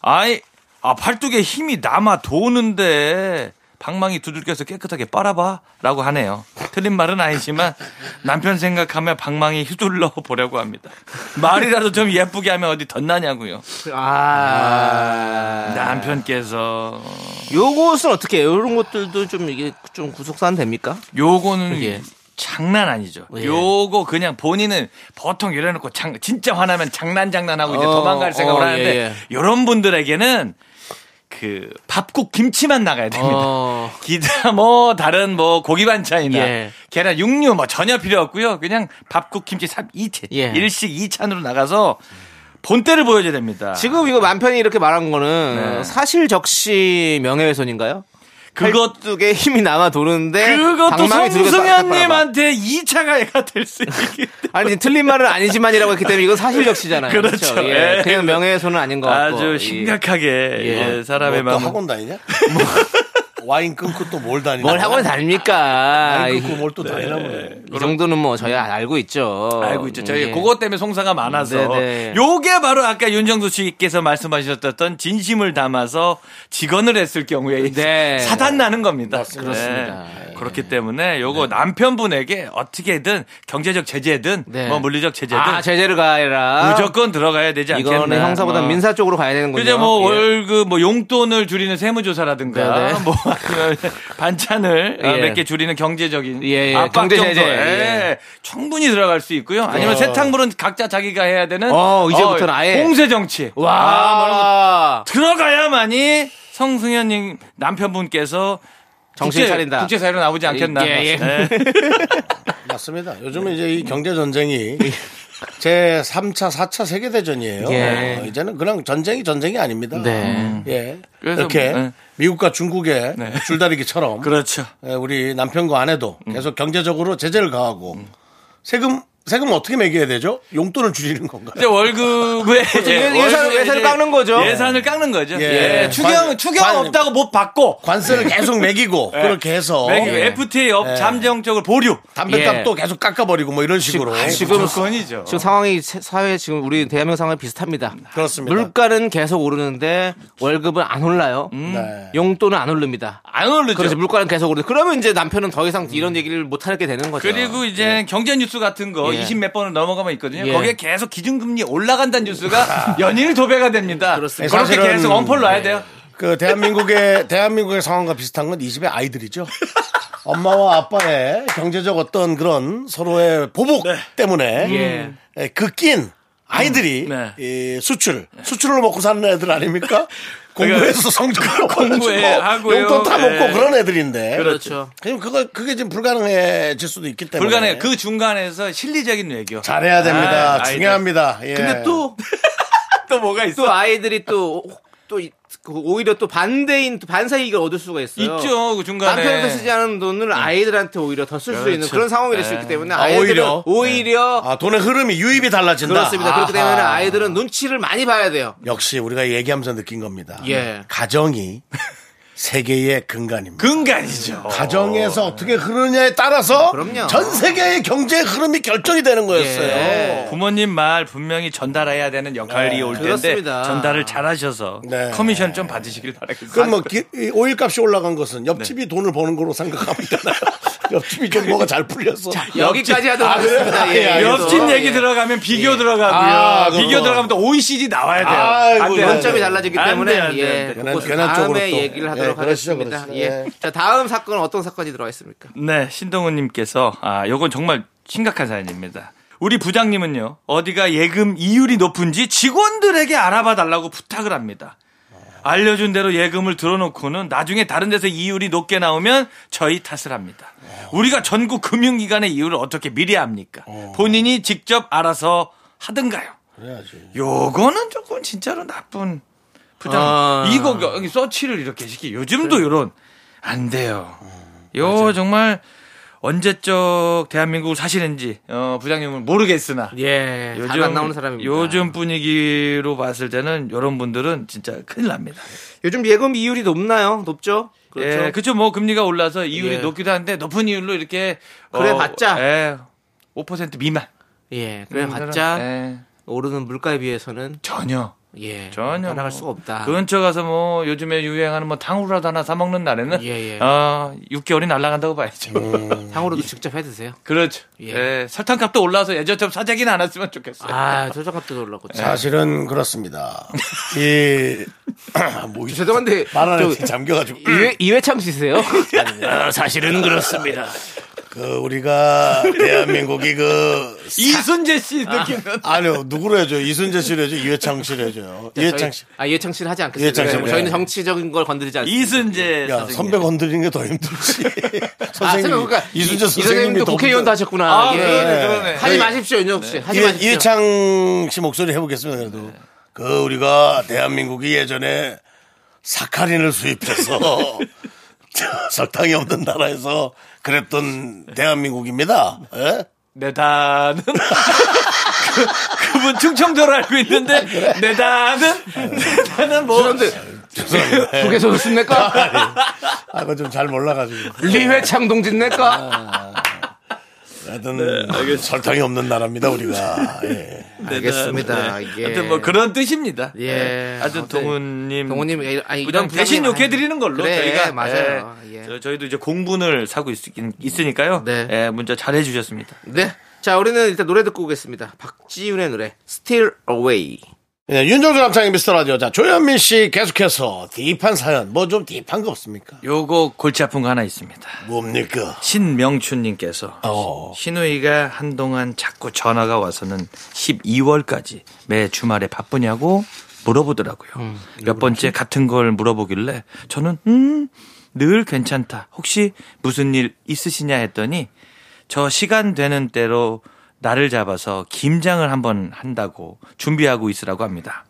[SPEAKER 6] 아이 아 팔뚝에 힘이 남아 도는데 방망이 두들겨서 깨끗하게 빨아봐라고 하네요. 틀린 말은 아니지만 남편 생각하며 방망이 휘둘러 보려고 합니다. 말이라도 좀 예쁘게 하면 어디 덧나냐고요.
[SPEAKER 2] 아.
[SPEAKER 6] 남편께서
[SPEAKER 2] 요것은 어떻게 해요? 이런 것들도 좀 이게 좀 구속사안 됩니까?
[SPEAKER 6] 요거는
[SPEAKER 2] 예.
[SPEAKER 6] 장난 아니죠.
[SPEAKER 2] 예.
[SPEAKER 6] 요거 그냥 본인은 보통 이래놓고 장, 진짜 화나면 장난 장난하고 이제
[SPEAKER 2] 어,
[SPEAKER 6] 도망갈 생각을
[SPEAKER 2] 어, 예,
[SPEAKER 6] 하는데
[SPEAKER 2] 예.
[SPEAKER 6] 요런 분들에게는 그 밥국 김치만 나가야 됩니다.
[SPEAKER 2] 어.
[SPEAKER 6] 기타 뭐 다른 뭐 고기 반찬이나
[SPEAKER 2] 예.
[SPEAKER 6] 계란 육류 뭐 전혀 필요 없고요. 그냥 밥국 김치 삼이찬
[SPEAKER 2] 예.
[SPEAKER 6] 일식 이찬으로 나가서 본때를 보여줘야 됩니다.
[SPEAKER 2] 지금 이거 남편이 이렇게 말한 거는
[SPEAKER 6] 네.
[SPEAKER 2] 사실 적시 명예훼손인가요?
[SPEAKER 6] 그것
[SPEAKER 2] 팔뚝에 힘이 남아 도는데
[SPEAKER 6] 그것도
[SPEAKER 2] 방망이 들고 닦아봐라.
[SPEAKER 6] 성승현님한테 2차 가해가 될 수 있기 때문에
[SPEAKER 2] 아니 틀린 말은 아니지만이라고 했기 때문에 이건 사실 적시잖아요.
[SPEAKER 6] 그렇죠.
[SPEAKER 2] 예.
[SPEAKER 6] 예.
[SPEAKER 2] 그냥 명예훼손은 아닌 것 같고
[SPEAKER 6] 아주 심각하게 예, 사람의
[SPEAKER 1] 뭐또
[SPEAKER 6] 마음
[SPEAKER 1] 학원 다니냐? 와인 끊고 또 뭘 다니냐?
[SPEAKER 2] 뭘 하고 다닙니까?
[SPEAKER 1] 와인
[SPEAKER 2] 이,
[SPEAKER 6] 뭐
[SPEAKER 1] 끊고 뭘 또 다니나 보네.
[SPEAKER 2] 이 정도는 뭐 저희 알고 있죠.
[SPEAKER 6] 알고 있죠. 저희
[SPEAKER 2] 예.
[SPEAKER 6] 그것 때문에 송사가 많아서
[SPEAKER 2] 네네.
[SPEAKER 6] 요게 바로 아까 윤정수 씨께서 말씀하셨던 진심을 담아서 직언을 했을 경우에
[SPEAKER 2] 네.
[SPEAKER 6] 사단 나는 겁니다. 네.
[SPEAKER 2] 그렇습니다. 예.
[SPEAKER 6] 그렇기 때문에 요거 남편분에게 어떻게든 경제적 제재든
[SPEAKER 2] 네.
[SPEAKER 6] 뭐 물리적 제재든
[SPEAKER 2] 아 제재를 가해라.
[SPEAKER 6] 무조건 들어가야 되지 않겠나.
[SPEAKER 2] 이거는 형사보다
[SPEAKER 6] 어.
[SPEAKER 2] 민사 쪽으로 가야 되는군요.
[SPEAKER 6] 그죠 뭐
[SPEAKER 2] 예.
[SPEAKER 6] 월급 뭐 용돈을 줄이는 세무조사라든가
[SPEAKER 2] 네네.
[SPEAKER 6] 뭐 아니면 반찬을 아,
[SPEAKER 2] 예.
[SPEAKER 6] 몇 개 줄이는 경제적인
[SPEAKER 2] 예, 예.
[SPEAKER 6] 압박
[SPEAKER 2] 경제
[SPEAKER 6] 정도.
[SPEAKER 2] 제재. 예.
[SPEAKER 6] 예. 충분히 들어갈 수 있고요. 아니면 세탁물은 각자 자기가 해야 되는
[SPEAKER 2] 어, 이제부터는 아예. 아.
[SPEAKER 6] 공세 정치.
[SPEAKER 2] 와
[SPEAKER 6] 들어가야만이 성승현님 남편분께서
[SPEAKER 2] 정신
[SPEAKER 6] 국제-
[SPEAKER 2] 차린다.
[SPEAKER 6] 국제사회로 나오지 않겠나.
[SPEAKER 2] 예, 예.
[SPEAKER 6] 네.
[SPEAKER 1] 맞습니다. 요즘은 이제 이 경제 전쟁이 제 3차, 4차 세계 대전이에요. 어,
[SPEAKER 2] 예.
[SPEAKER 1] 이제는 그냥 전쟁이 전쟁이 아닙니다.
[SPEAKER 2] 네.
[SPEAKER 1] 예.
[SPEAKER 6] 그래서
[SPEAKER 1] 이렇게
[SPEAKER 6] 뭐, 네.
[SPEAKER 1] 미국과 중국의 줄다리기처럼
[SPEAKER 6] 그렇죠. 음.
[SPEAKER 1] 예, 우리 남편과 아내도 계속 경제적으로 제재를 가하고 세금 세금 어떻게 매겨야 되죠? 용돈을 줄이는 건가요?
[SPEAKER 6] 이제 월급에
[SPEAKER 2] 예산-
[SPEAKER 6] 예,
[SPEAKER 2] 예산을
[SPEAKER 6] 월급에 이제
[SPEAKER 2] 깎는 거죠.
[SPEAKER 6] 예산을 깎는
[SPEAKER 1] 예.
[SPEAKER 6] 거죠. 예. 추경
[SPEAKER 1] 관-
[SPEAKER 6] 추경
[SPEAKER 1] 관-
[SPEAKER 6] 없다고 못 받고 예.
[SPEAKER 1] 관세를 계속 매기고 그렇게 해서
[SPEAKER 6] 매기-
[SPEAKER 2] 예.
[SPEAKER 6] 예. FTA 업 잠정적을 보류.
[SPEAKER 1] 담배값도 계속 깎아버리고 뭐 이런 식으로
[SPEAKER 2] 지금
[SPEAKER 6] 조건이죠.
[SPEAKER 2] 지금 상황이 세- 사회 지금 우리 대한민국 상황이 비슷합니다.
[SPEAKER 1] 그렇습니다.
[SPEAKER 2] 물가는 계속 오르는데 월급은 안 올라요. 음.
[SPEAKER 1] 네.
[SPEAKER 2] 용돈은 안 오릅니다.
[SPEAKER 6] 안 오르죠.
[SPEAKER 2] 그래서 물가는 계속 오르는데 그러면 이제 남편은 더 이상 이런 얘기를 못 하게 되는 거죠.
[SPEAKER 6] 그리고 이제 경제 뉴스 같은 거
[SPEAKER 2] 예.
[SPEAKER 6] 20 몇 번을 넘어가면 있거든요.
[SPEAKER 2] 예.
[SPEAKER 6] 거기에 계속 기준금리 올라간다는 뉴스가 연일 도배가 됩니다.
[SPEAKER 2] 그렇습니다. 예.
[SPEAKER 6] 렇게
[SPEAKER 1] 사실은-
[SPEAKER 6] 계속 언폴로 와야 돼요.
[SPEAKER 1] 그 대한민국의 대한민국의 상황과 비슷한 건 이 집의 아이들이죠. 엄마와 아빠의 경제적 어떤 그런 서로의 보복 때문에 그 낀 아이들이
[SPEAKER 6] 네.
[SPEAKER 1] 이 수출 수출로 먹고 사는 애들 아닙니까? 공부해서 성적을
[SPEAKER 6] 공부해,
[SPEAKER 1] 가지고
[SPEAKER 6] 하고요.
[SPEAKER 1] 용돈 타 먹고
[SPEAKER 6] 예.
[SPEAKER 1] 그런 애들인데
[SPEAKER 2] 그렇죠.
[SPEAKER 1] 그럼 그거 그게 지금 불가능해질 수도 있기 때문에
[SPEAKER 2] 네.
[SPEAKER 6] 불간에 그 중간에서 실리적인 외교.
[SPEAKER 1] 잘해야 됩니다.
[SPEAKER 6] 아, 아이들.
[SPEAKER 1] 중요합니다. 예.
[SPEAKER 2] 근데 또
[SPEAKER 6] 또 뭐가
[SPEAKER 2] 또
[SPEAKER 6] 있어?
[SPEAKER 2] 아이들이 또 또 오히려 또 반대인 반사 이익을 얻을 수가 있어요.
[SPEAKER 6] 있죠. 그 중간에. 네.
[SPEAKER 2] 남편한테 쓰지 않은 돈을 아이들한테 오히려 더 쓸 수 있는
[SPEAKER 6] 그렇죠.
[SPEAKER 2] 그런 상황이 될 수
[SPEAKER 6] 네.
[SPEAKER 2] 있기 때문에
[SPEAKER 1] 아,
[SPEAKER 2] 아이들은
[SPEAKER 1] 오히려?
[SPEAKER 2] 오히려,
[SPEAKER 1] 아, 돈의 흐름이 유입이 달라진다.
[SPEAKER 2] 그렇습니다. 그렇기
[SPEAKER 1] 아하.
[SPEAKER 2] 때문에 아이들은 눈치를 많이 봐야 돼요.
[SPEAKER 1] 역시 우리가 얘기하면서 느낀 겁니다.
[SPEAKER 2] 예.
[SPEAKER 1] 가정이 세계의 근간입니다.
[SPEAKER 6] 근간이죠.
[SPEAKER 1] 가정에서 어떻게 흐르느냐에 따라서
[SPEAKER 2] 그럼요.
[SPEAKER 1] 전 세계의 경제 흐름이 결정이 되는 거였어요.
[SPEAKER 2] 예.
[SPEAKER 6] 부모님 말 분명히 전달해야 되는 역할이 올 텐데
[SPEAKER 2] 네, 그렇습니다.
[SPEAKER 6] 전달을 잘하셔서
[SPEAKER 1] 네.
[SPEAKER 6] 커미션 좀 받으시길 바라겠습니다.
[SPEAKER 1] 그럼
[SPEAKER 2] 아,
[SPEAKER 1] 뭐 기- 이 오일값이 올라간 것은
[SPEAKER 2] 네.
[SPEAKER 1] 옆집이 돈을 버는 거로 생각하면 되나요? 옆집이 좀 뭐가 잘 풀려서
[SPEAKER 2] 여기까지 하도록 하겠습니다.
[SPEAKER 1] 아, 예, 알겠습니다.
[SPEAKER 2] 그래도.
[SPEAKER 6] 옆집 얘기 들어가면 비교
[SPEAKER 2] 예.
[SPEAKER 6] 들어가고요.
[SPEAKER 1] 아, 그럼.
[SPEAKER 6] 비교 들어가면 또 OECD 나와야 돼요.
[SPEAKER 1] 아이고,
[SPEAKER 6] 안 돼요.
[SPEAKER 2] 뭐 원점이 달라지기
[SPEAKER 6] 안 돼,
[SPEAKER 2] 때문에
[SPEAKER 6] 안 돼, 안 돼.
[SPEAKER 2] 예,
[SPEAKER 1] 괜한-
[SPEAKER 2] 그것은
[SPEAKER 1] 괜한 쪽으로
[SPEAKER 2] 다음에
[SPEAKER 1] 또.
[SPEAKER 2] 얘기를 하도록
[SPEAKER 1] 예, 그러시죠,
[SPEAKER 2] 하겠습니다.
[SPEAKER 1] 그러시죠. 예.
[SPEAKER 2] 예. 자 다음 사건은 어떤 사건이 들어와 있습니까?
[SPEAKER 6] 네, 신동훈님께서 아, 요건 정말 심각한 사연입니다. 우리 부장님은요, 어디가 예금 이율이 높은지 직원들에게 알아봐 달라고 부탁을 합니다. 알려준 대로 예금을 들어놓고는 나중에 다른 데서 이율이 높게 나오면 저희 탓을 합니다. 우리가 전국 금융기관의 이율을 어떻게 미리 합니까? 본인이 직접 알아서 하든가요?
[SPEAKER 1] 그래야지.
[SPEAKER 6] 요거는 조금 진짜로 나쁜 부담. 이거 여기 서치를 이렇게 시키. 요즘도 요런 안 돼요. 요 정말 언제적 대한민국을 사시는지 어, 부장님은 모르겠으나
[SPEAKER 2] 예.
[SPEAKER 6] 네,
[SPEAKER 2] 요즘 안 나오는 사람입니다.
[SPEAKER 6] 요즘 분위기로 봤을 때는 이런 분들은 진짜 큰일 납니다.
[SPEAKER 2] 요즘 예금 이율이 높나요? 높죠?
[SPEAKER 6] 예, 그렇죠. 뭐 금리가 올라서 이율이
[SPEAKER 2] 예.
[SPEAKER 6] 높기도 한데 높은 이율로 이렇게 어,
[SPEAKER 2] 그래 봤자.
[SPEAKER 6] 예, 5% 미만.
[SPEAKER 2] 예. 그래 봤자
[SPEAKER 6] 예,
[SPEAKER 2] 오르는 물가에 비해서는
[SPEAKER 6] 전혀
[SPEAKER 2] 예.
[SPEAKER 6] 전혀
[SPEAKER 2] 나갈
[SPEAKER 6] 뭐
[SPEAKER 2] 수가 없다.
[SPEAKER 6] 근처 가서 뭐 요즘에 유행하는 뭐 탕후루라도 하나 사 먹는 날에는
[SPEAKER 2] 예, 예.
[SPEAKER 6] 어, 6개월이 날아간다고 봐야죠.
[SPEAKER 2] 향으로도 직접 해 드세요.
[SPEAKER 6] 그렇죠.
[SPEAKER 2] 예.
[SPEAKER 6] 예, 설탕값도 올라서 예전처럼 사재기는 않았으면 좋겠어요.
[SPEAKER 2] 아, 저작값도 올랐고.
[SPEAKER 1] 사실은 그렇습니다. 이
[SPEAKER 4] 뭐 이제
[SPEAKER 2] 죄송한데
[SPEAKER 1] 말하는
[SPEAKER 2] 저
[SPEAKER 4] 잠겨가지고
[SPEAKER 2] 이회 이회참 씨세요?
[SPEAKER 4] 사실은 그렇습니다. 그 우리가 대한민국이 그
[SPEAKER 6] 이순재 씨 느낌.
[SPEAKER 4] 아니요 누구로 해줘요 이순재 씨로 해줘요 이회창 씨로 해줘요 이회창 씨.
[SPEAKER 2] 아, 이회창 씨는 하지 않겠습니다.
[SPEAKER 4] 이회창 씨는
[SPEAKER 2] 저희는
[SPEAKER 4] 네.
[SPEAKER 2] 정치적인 걸 건드리지 않습니다.
[SPEAKER 6] 이순재
[SPEAKER 4] 야
[SPEAKER 6] 선생님.
[SPEAKER 4] 선배 건드리는 게 더 힘들지. 선생님
[SPEAKER 2] 아, 그러니까
[SPEAKER 4] 이순재
[SPEAKER 2] 이- 이 선생님도
[SPEAKER 4] 선생님이 더
[SPEAKER 2] 국회의원도
[SPEAKER 4] 힘들-
[SPEAKER 2] 하셨구나. 예.
[SPEAKER 6] 그러네, 그러네.
[SPEAKER 2] 하지 마십시오, 윤정 씨.
[SPEAKER 1] 예,
[SPEAKER 2] 하지
[SPEAKER 4] 이회-
[SPEAKER 2] 마십시오. 네.
[SPEAKER 4] 이회창 씨 목소리 해보겠습니다. 그래도 그 우리가 대한민국이 예전에 사카린을 수입해서 설탕이 없는 나라에서 그랬던 대한민국입니다. 예?
[SPEAKER 6] 내 단은 그, 그분 충청도로 알고
[SPEAKER 2] 아,
[SPEAKER 6] 있는데 내 단은 내 단은 뭐
[SPEAKER 4] 죄송합니다. 예.
[SPEAKER 2] 북에서도 쓴낼까?
[SPEAKER 4] 아, 그거 좀 잘 몰라가지고.
[SPEAKER 2] 리회창 동진 낼까?
[SPEAKER 4] 하여튼 설탕이 없는 나라입니다, 우리가. 예.
[SPEAKER 2] 알겠습니다. 예.
[SPEAKER 6] 하여튼 뭐 그런 뜻입니다.
[SPEAKER 2] 예.
[SPEAKER 6] 하여튼
[SPEAKER 2] 아무튼
[SPEAKER 6] 동훈님
[SPEAKER 2] 동호님, 예, 아니,
[SPEAKER 6] 그냥
[SPEAKER 2] 이런
[SPEAKER 6] 대신
[SPEAKER 2] 부장님
[SPEAKER 6] 욕해 드리는 걸로
[SPEAKER 2] 그래,
[SPEAKER 6] 저희가
[SPEAKER 2] 맞아요.
[SPEAKER 6] 예.
[SPEAKER 2] 예.
[SPEAKER 6] 저- 저희도 이제 공분을 사고 있, 있으니까요.
[SPEAKER 2] 네.
[SPEAKER 6] 예, 문자 잘해 주셨습니다.
[SPEAKER 2] 네. 자, 우리는 일단 노래 듣고 오겠습니다. 박지윤의 노래 Still Away.
[SPEAKER 1] 예, 윤정수 남창의 미스터 라디오. 자, 조현민 씨 계속해서 딥한 사연. 뭐 좀 딥한 거 없습니까?
[SPEAKER 6] 요거 골치 아픈 거 하나 있습니다.
[SPEAKER 4] 뭡니까?
[SPEAKER 6] 신명춘님께서
[SPEAKER 4] 어.
[SPEAKER 6] 신우이가 한동안 자꾸 전화가 와서는 12월까지 매 주말에 바쁘냐고 물어보더라고요. 몇 번째 같은 걸 물어보길래 저는 음 늘 괜찮다. 혹시 무슨 일 있으시냐 했더니 저 시간 되는 때로 나를 잡아서 김장을 한번 한다고 준비하고 있으라고 합니다.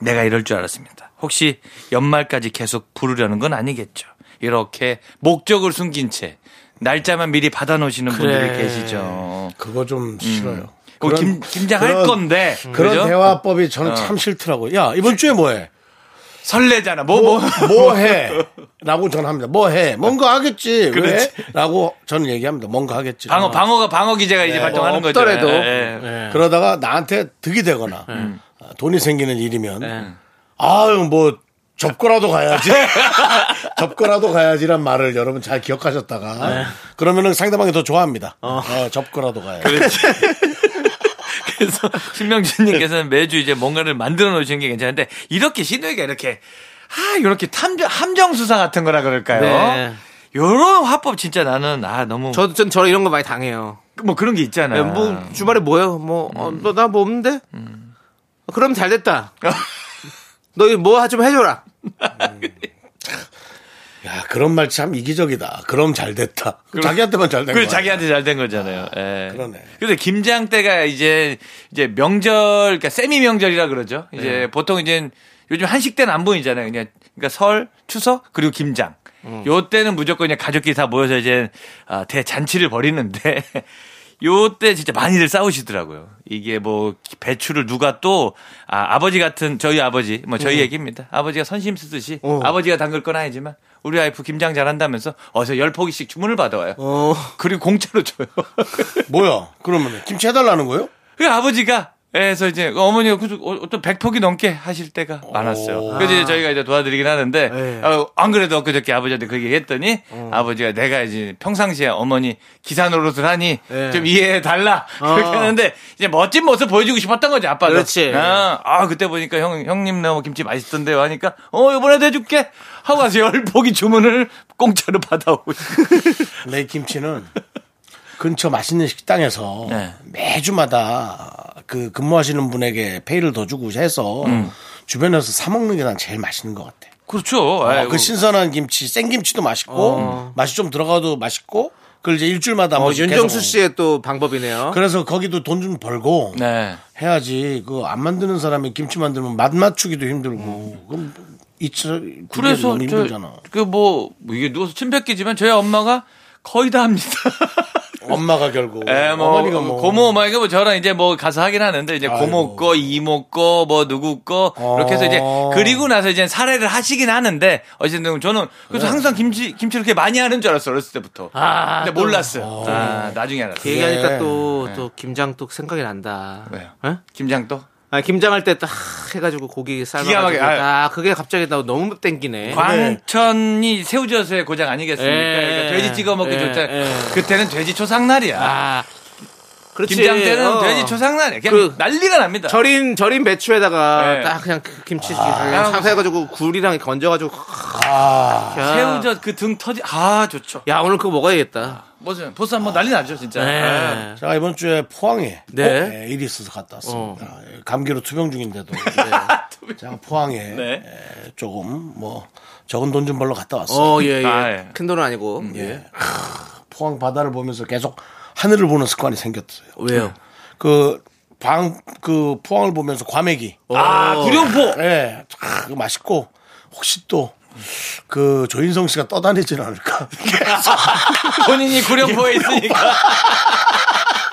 [SPEAKER 6] 내가 이럴 줄 알았습니다. 혹시 연말까지 계속 부르려는 건 아니겠죠. 이렇게 목적을 숨긴 채 날짜만 미리 받아놓으시는 분들이 계시죠.
[SPEAKER 1] 그거 좀 싫어요.
[SPEAKER 6] 그 김, 김장 할
[SPEAKER 1] 그런-
[SPEAKER 6] 건데
[SPEAKER 1] 그런
[SPEAKER 6] 그죠? 어.
[SPEAKER 1] 대화법이 저는 참 싫더라고요. 야, 이번 주에 뭐 해?
[SPEAKER 6] 설레잖아. 뭐 뭐.
[SPEAKER 1] 뭐, 뭐 해? 라고 저는 합니다. 뭐 해? 뭔가 하겠지.
[SPEAKER 6] 그렇지.
[SPEAKER 1] 왜? 라고 저는 얘기합니다. 뭔가 하겠지.
[SPEAKER 6] 방어 방어가 방어 기제가
[SPEAKER 1] 네,
[SPEAKER 6] 이제 발동하는
[SPEAKER 1] 뭐
[SPEAKER 6] 거죠.
[SPEAKER 2] 없더라도.
[SPEAKER 6] 예, 예. 음.
[SPEAKER 1] 그러다가 나한테 득이 되거나 아, 돈이 생기는 일이면
[SPEAKER 6] 예.
[SPEAKER 1] 아유 뭐 접고라도 가야지 접고라도 가야지란 말을 여러분 잘 기억하셨다가
[SPEAKER 6] 예.
[SPEAKER 1] 그러면은 상대방이 더 좋아합니다 어, 접고라도 가야지
[SPEAKER 6] 그래서 신명진님께서는 매주 이제 뭔가를 만들어 놓으시는 게 괜찮은데 이렇게 신우이가 이렇게 아 이렇게 탐정 함정 수사 같은 거라 그럴까요?
[SPEAKER 2] 네.
[SPEAKER 6] 요런 화법 진짜 나는 아 너무
[SPEAKER 2] 저도 전 저 이런 거 많이 당해요.
[SPEAKER 6] 뭐 그런 게 있잖아요.
[SPEAKER 2] 예, 뭐 주말에 뭐예요? 뭐 나 뭐 없는데? 아, 그럼 잘 됐다. 너 뭐 좀 해줘라.
[SPEAKER 1] 야 그런 말 참 이기적이다 그럼 잘 됐다 자기한테만 잘된
[SPEAKER 6] 그
[SPEAKER 1] 거야
[SPEAKER 6] 자기한테 잘 된 거잖아요. 예.
[SPEAKER 1] 그러네.
[SPEAKER 6] 근데 김장 때가 이제 이제 명절 그러니까 세미 명절이라 그러죠. 이제
[SPEAKER 1] 네.
[SPEAKER 6] 보통 이제 요즘 한식 때는 안 보이잖아요. 그냥 그러니까 설, 추석 그리고 김장.
[SPEAKER 1] 음.
[SPEAKER 6] 요 때는 무조건 그냥 가족끼리 다 모여서 이제 아, 대잔치를 벌이는데 요 때 진짜 많이들 싸우시더라고요. 이게 뭐 배추를 누가 또 아, 아버지 같은 저희 아버지
[SPEAKER 1] 음.
[SPEAKER 6] 뭐 저희 얘기입니다. 아버지가 선심 쓰듯이
[SPEAKER 1] 어.
[SPEAKER 6] 아버지가 담글 건 아니지만 우리 와이프 김장 잘한다면서 어서 열 포기씩 주문을 받아와요.
[SPEAKER 1] 어.
[SPEAKER 6] 그리고 공짜로 줘요.
[SPEAKER 1] 뭐야 그러면 김치 해달라는 거예요?
[SPEAKER 6] 그 아버지가 그래서 이제 어머니가 그래서 어- 어떤 100폭이 넘게 하실 때가 많았어요. 그래서 이제 저희가 이제 도와드리긴 하는데 어, 안 그래도 엊그저께 아버지한테 그 얘기했더니 아버지가 내가 이제 평상시에 어머니 기사 노릇을 하니 좀 이해해 달라 그렇게 하는데 이제 멋진 모습 보여주고 싶었던 거지 아빠도.
[SPEAKER 2] 그렇지.
[SPEAKER 6] 아, 아, 그때 보니까 형 형님 나 뭐 김치 맛있던데요 하니까 어 이번에도 해줄게 하고 가서 열 폭이 주문을 공짜로 받아오고
[SPEAKER 1] 내 김치는 근처 맛있는 식당에서
[SPEAKER 6] 네.
[SPEAKER 1] 매주마다 그
[SPEAKER 2] 음.
[SPEAKER 1] 근무하시는 분에게 페이를 더 주고 해서 주변에서 사 먹는 게 난 제일 맛있는 것 같아.
[SPEAKER 6] 그렇죠.
[SPEAKER 1] 어,
[SPEAKER 6] 아,
[SPEAKER 1] 그
[SPEAKER 6] 그
[SPEAKER 1] 신선한 김치, 생김치도 맛있고 맛이 좀 들어가도 맛있고 그걸 이제 일주일마다 한
[SPEAKER 2] 어,
[SPEAKER 1] 번씩
[SPEAKER 2] 윤정수
[SPEAKER 1] 계속.
[SPEAKER 2] 씨의 또 방법이네요.
[SPEAKER 1] 그래서 거기도 돈 좀 벌고
[SPEAKER 6] 네.
[SPEAKER 1] 해야지 그 안 만드는 사람이 김치 만들면 맛 맞추기도
[SPEAKER 2] 음.
[SPEAKER 1] 힘들고 그럼 이차
[SPEAKER 6] 그래서
[SPEAKER 1] 너무 힘들잖아.
[SPEAKER 6] 그 뭐 이게 누워서 침 뱉기지만 저희 엄마가 거의 다 합니다.
[SPEAKER 1] 엄마가 결국
[SPEAKER 6] 예, 뭐,
[SPEAKER 1] 어머니가 뭐
[SPEAKER 6] 고모 어머니가 뭐 저랑 이제 뭐 가서 하긴 하는데 이제 고모 거, 이모 거, 뭐 누구 거 이렇게 해서 이제
[SPEAKER 1] 어.
[SPEAKER 6] 그리고 나서 이제 사례를 하시긴 하는데 어쨌든 저는 그래서
[SPEAKER 1] 네.
[SPEAKER 6] 항상 김치 김치 이렇게 많이 하는 줄 알았어 어렸을 때부터.
[SPEAKER 2] 아,
[SPEAKER 6] 근데
[SPEAKER 2] 또
[SPEAKER 6] 몰랐어요. 아, 나중에 알았어.
[SPEAKER 2] 그
[SPEAKER 6] 요
[SPEAKER 2] 얘기하니까 또, 또, 김장 또 생각이 난다.
[SPEAKER 6] 왜요?
[SPEAKER 2] 예?
[SPEAKER 6] 김장도
[SPEAKER 2] 아, 김장할 때 딱 해가지고 고기 삶아가지고
[SPEAKER 6] 막히게, 아유.
[SPEAKER 2] 딱 그게 갑자기 나 너무 땡기네.
[SPEAKER 6] 광천이 새우젓의 고장 아니겠습니까?
[SPEAKER 2] 예.
[SPEAKER 6] 그러니까 돼지 찍어 먹기
[SPEAKER 2] 예.
[SPEAKER 6] 좋잖아요.
[SPEAKER 2] 예.
[SPEAKER 6] 그때는 돼지 초상날이야.
[SPEAKER 2] 아, 그렇지.
[SPEAKER 6] 김장 때는
[SPEAKER 2] 어.
[SPEAKER 6] 돼지 초상날이야. 그냥
[SPEAKER 2] 그
[SPEAKER 6] 난리가 납니다.
[SPEAKER 2] 절인 절인 배추에다가
[SPEAKER 6] 네.
[SPEAKER 2] 딱 그냥 그 김치 상사해가지고 굴이랑 건져가지고 야.
[SPEAKER 6] 새우젓 그 등 터지 아 좋죠.
[SPEAKER 2] 야 오늘 그거 먹어야겠다. 예.
[SPEAKER 6] 무슨 보스 한번 난리 나죠 진짜. 아.
[SPEAKER 1] 제가 이번 주에 포항에
[SPEAKER 2] 네.
[SPEAKER 1] 어, 예, 일이 있어서 갔다 왔습니다. 예, 감기로 투병 중인데도 제가 포항에
[SPEAKER 6] 네.
[SPEAKER 1] 예, 조금 뭐 적은 돈 좀 벌러 갔다 왔어요.
[SPEAKER 2] 어, 예, 예.
[SPEAKER 6] 아, 예.
[SPEAKER 2] 큰 돈은 아니고.
[SPEAKER 1] 예. 크, 포항 바다를 보면서 계속 하늘을 보는 습관이 생겼어요.
[SPEAKER 2] 왜요?
[SPEAKER 1] 그 방, 그 포항을 보면서 과메기.
[SPEAKER 6] 아 구룡포.
[SPEAKER 1] 예, 참 맛있고 혹시 또 그 조인성 씨가 떠다니지는 않을까.
[SPEAKER 6] 본인이 구룡포에 있으니까.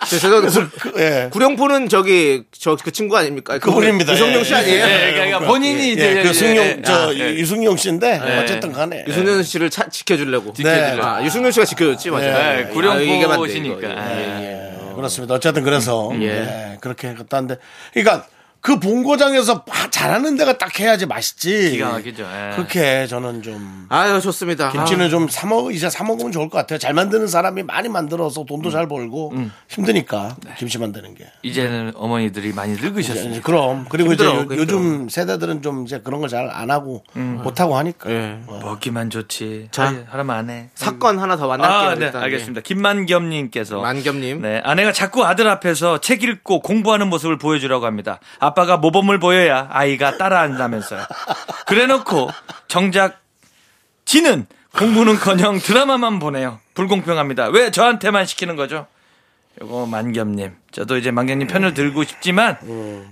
[SPEAKER 2] 저, 저, 저,
[SPEAKER 1] 그, 예.
[SPEAKER 2] 구룡포는 저기 저 그 친구 아닙니까?
[SPEAKER 1] 그분입니다.
[SPEAKER 2] 유성룡 씨
[SPEAKER 1] 예,
[SPEAKER 6] 예,
[SPEAKER 2] 아니에요?
[SPEAKER 6] 그러니까 본인이 이제
[SPEAKER 1] 예, 그 승용
[SPEAKER 6] 예,
[SPEAKER 1] 저
[SPEAKER 6] 아, 예.
[SPEAKER 1] 유승용 씨인데 어쨌든 간에
[SPEAKER 2] 예. 유승룡 씨를 차, 지켜주려고.
[SPEAKER 1] 지켜주려고.
[SPEAKER 2] 아, 유승룡 씨가 지켜줬지 맞아요.
[SPEAKER 6] 네,
[SPEAKER 2] 아, 이게 맞네,
[SPEAKER 6] 구룡포시니까.
[SPEAKER 2] 이거.
[SPEAKER 6] 아, 예.
[SPEAKER 1] 예, 그렇습니다. 어쨌든 그래서
[SPEAKER 2] 음.
[SPEAKER 1] 예, 그렇게 갔다 왔는데, 그러니까 그 본고장에서 바- 잘하는 데가 딱 해야지 맛있지.
[SPEAKER 6] 기가 막히죠. 예.
[SPEAKER 1] 그렇게 저는 좀
[SPEAKER 2] 아유 좋습니다.
[SPEAKER 1] 김치는 좀 사먹 이제 사 먹으면 좋을 것 같아요. 잘 만드는 사람이 많이 만들어서
[SPEAKER 2] 음.
[SPEAKER 1] 돈도 잘 벌고 힘드니까
[SPEAKER 2] 네.
[SPEAKER 1] 김치 만드는 게.
[SPEAKER 6] 이제는 어머니들이 많이 늙으셨어요.
[SPEAKER 1] 이제 그럼 그리고
[SPEAKER 2] 힘들어,
[SPEAKER 1] 이제 요, 즘 세대들은 좀 이제 그런 걸 잘 안 하고 못 하고 하니까. 어.
[SPEAKER 2] 아, 예.
[SPEAKER 6] 뭐, 먹기만 좋지.
[SPEAKER 2] 자.
[SPEAKER 6] 자 하라면 안 해.
[SPEAKER 2] 사건 하나 더 만날게요.
[SPEAKER 6] 아, 네,
[SPEAKER 2] 일단.
[SPEAKER 6] 알겠습니다. 김만겸님께서
[SPEAKER 2] 만겸님.
[SPEAKER 6] 네, 아내가 자꾸 아들 앞에서 책 읽고 공부하는 모습을 보여주라고 합니다. 아빠가 모범을 보여야 아이가 따라한다면서요. 그래놓고 정작 지는 공부는커녕 드라마만 보네요. 불공평합니다. 왜 저한테만 시키는 거죠? 요거 만겸님. 저도 이제 만겸님 편을 들고 싶지만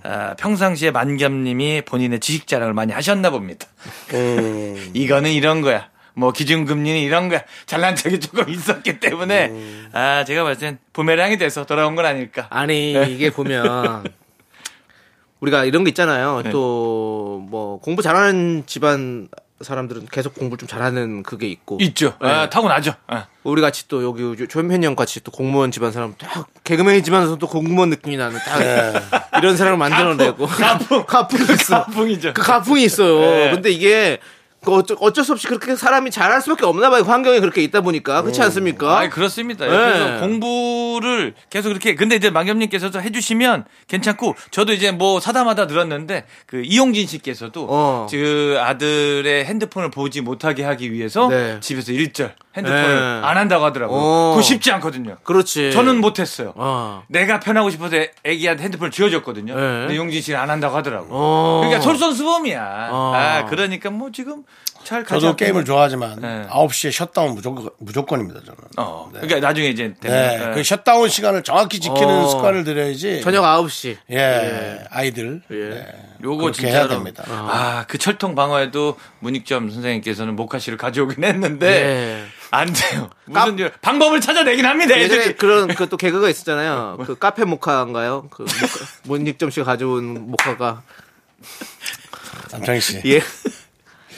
[SPEAKER 6] 아, 평상시에 만겸님이 본인의 지식 자랑을 많이 하셨나 봅니다. 이거는 이런 거야. 뭐 기준금리는 이런 거야. 잘난 적이 조금 있었기 때문에 아 제가 봤을 땐 부메랑이 돼서 돌아온 건 아닐까.
[SPEAKER 2] 아니 이게 보면 우리가 이런 게 있잖아요.
[SPEAKER 6] 네.
[SPEAKER 2] 또 뭐 공부 잘하는 집안 사람들은 계속 공부 좀 잘하는 그게 있고
[SPEAKER 6] 있죠. 아, 타고 나죠.
[SPEAKER 2] 우리 같이 또 여기 조현현 형 같이 또 공무원 집안 사람 딱 개그맨이지만서 또 공무원 느낌이 나는 딱
[SPEAKER 6] 네.
[SPEAKER 2] 이런 사람을 만들어내고 가풍 가풍이 있어
[SPEAKER 6] 아, 가풍이죠.
[SPEAKER 2] 그 가풍이 있어요.
[SPEAKER 1] 예.
[SPEAKER 2] 근데 이게 그 어쩌, 어쩔 수 없이 그렇게 사람이 잘할 수밖에 없나 봐요. 환경이 그렇게 있다 보니까 그렇지
[SPEAKER 1] 음.
[SPEAKER 2] 않습니까?
[SPEAKER 6] 아 그렇습니다.
[SPEAKER 2] 네.
[SPEAKER 6] 그래서 공부를 계속 이렇게 근데 이제 망겸님께서도 해주시면 괜찮고 저도 이제 뭐 사다마다 들었는데 그 이용진 씨께서도
[SPEAKER 2] 어.
[SPEAKER 6] 그 아들의 핸드폰을 보지 못하게 하기 위해서
[SPEAKER 2] 네.
[SPEAKER 6] 집에서 일절 핸드폰을
[SPEAKER 2] 네.
[SPEAKER 6] 안 한다고 하더라고요.
[SPEAKER 2] 어.
[SPEAKER 6] 그거 쉽지 않거든요.
[SPEAKER 2] 그렇지.
[SPEAKER 6] 저는 못했어요.
[SPEAKER 2] 어.
[SPEAKER 6] 내가 편하고 싶어서 애기한테 핸드폰을 쥐어줬거든요.
[SPEAKER 2] 네.
[SPEAKER 6] 근데 용진 씨는 안 한다고 하더라고.
[SPEAKER 2] 어.
[SPEAKER 6] 그러니까 솔선수범이야.
[SPEAKER 2] 어.
[SPEAKER 6] 아, 그러니까 뭐 지금 잘 가지
[SPEAKER 1] 저도
[SPEAKER 6] 않고
[SPEAKER 1] 게임을 좋아하지만
[SPEAKER 6] 네.
[SPEAKER 1] 9시에 셧다운 무조건, 무조건입니다 저는.
[SPEAKER 6] 어. 그러니까 나중에 이제 되면
[SPEAKER 1] 네,
[SPEAKER 6] 네.
[SPEAKER 1] 그 셧다운 시간을 정확히 지키는
[SPEAKER 2] 어.
[SPEAKER 1] 습관을 들여야지.
[SPEAKER 2] 저녁 9시.
[SPEAKER 1] 예, 아이들. 네.
[SPEAKER 6] 요거
[SPEAKER 1] 그렇게 해야
[SPEAKER 6] 진짜로
[SPEAKER 1] 됩니다.
[SPEAKER 6] 아, 그 철통 방어에도 문익점 선생님께서는 모카씨를 가져오긴 했는데
[SPEAKER 2] 예.
[SPEAKER 6] 안 돼요. 무슨 일- 방법을 찾아내긴 합니다.
[SPEAKER 2] 예전에
[SPEAKER 6] 애들이.
[SPEAKER 2] 그런 그 또 개그가 있었잖아요. 그 카페 모카인가요? 그 모카, 문익점 씨가 가져온 모카가
[SPEAKER 1] 남창희 씨.
[SPEAKER 2] 예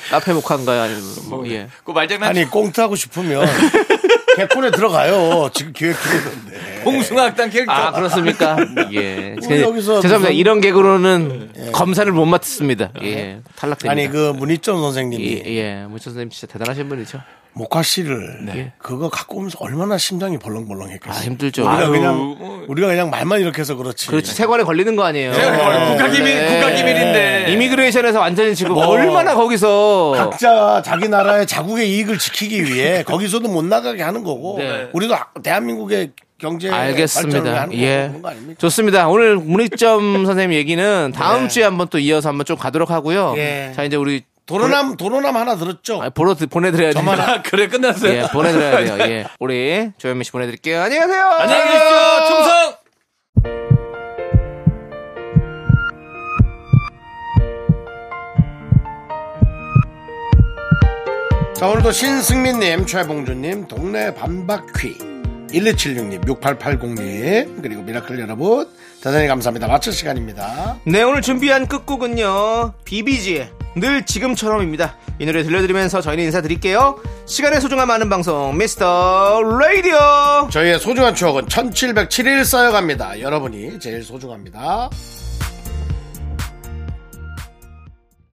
[SPEAKER 2] 카페 모카인가요? 아니면 뭐, 예.
[SPEAKER 6] 그 말장난
[SPEAKER 1] 아니 꽁트 하고 싶으면 개콘에 들어가요. 지금 기획 중인데.
[SPEAKER 6] 봉숭아학당 캐릭터.
[SPEAKER 2] 아 그렇습니까? 예. 제,
[SPEAKER 1] 우리 여기서
[SPEAKER 2] 죄송합니다.
[SPEAKER 1] 무슨- 예.
[SPEAKER 2] 이런 개그로는 검사를 못 맡습니다. 예. 탈락됩니다.
[SPEAKER 1] 아니 그 문희점 선생님이
[SPEAKER 2] 예, 예. 문익점 선생님 진짜 대단하신 분이죠.
[SPEAKER 1] 목화 씨를 그거 갖고 오면서 얼마나 심장이 벌렁벌렁했겠어요.
[SPEAKER 2] 아 힘들죠.
[SPEAKER 1] 우리가
[SPEAKER 2] 아유,
[SPEAKER 1] 그냥 우리가 그냥 말만 이렇게 해서 그렇지.
[SPEAKER 2] 그렇지 세관에 걸리는 거 아니에요.
[SPEAKER 6] 국가기밀
[SPEAKER 2] 네.
[SPEAKER 6] 국가기밀인데
[SPEAKER 2] 이미그레이션에서 완전히 지금
[SPEAKER 1] 뭐.
[SPEAKER 2] 얼마나 거기서
[SPEAKER 1] 각자 자기 나라의 자국의 이익을 지키기 위해 거기서도 못 나가게 하는 거고
[SPEAKER 2] 네.
[SPEAKER 1] 우리도 대한민국의 경제 예, 발전을
[SPEAKER 2] 알겠습니다.
[SPEAKER 1] 하는
[SPEAKER 2] 예.
[SPEAKER 1] 그런 거 아닙니까? 네.
[SPEAKER 2] 좋습니다. 오늘 문희점 선생님 얘기는 다음 주에 한번 또 이어서 한번 좀 가도록 하고요.
[SPEAKER 1] 예.
[SPEAKER 2] 자, 이제 우리
[SPEAKER 1] 도로남 도로남 하나 들었죠?
[SPEAKER 2] 아, 보러 보내드려야 돼요.
[SPEAKER 6] 아, 그래 끝났어요.
[SPEAKER 2] 예, 보내드려야 돼요. 예, 우리 조현미 씨 보내드릴게요. 안녕히 가세요.
[SPEAKER 6] 안녕히 계십시오. 충성.
[SPEAKER 1] 자, 오늘도 신승민님, 최봉준님, 동네 반바퀴, 1276님, 6880님, 그리고 미라클 여러분, 대단히 감사합니다. 마칠 시간입니다.
[SPEAKER 2] 네, 오늘 준비한 끝곡은요. 비비지의 늘 지금처럼입니다. 이 노래 들려드리면서 저희는 인사드릴게요. 시간의 소중함 많은 방송, 미스터 라디오!
[SPEAKER 1] 저희의 소중한 추억은 1707일 쌓여갑니다. 여러분이 제일 소중합니다.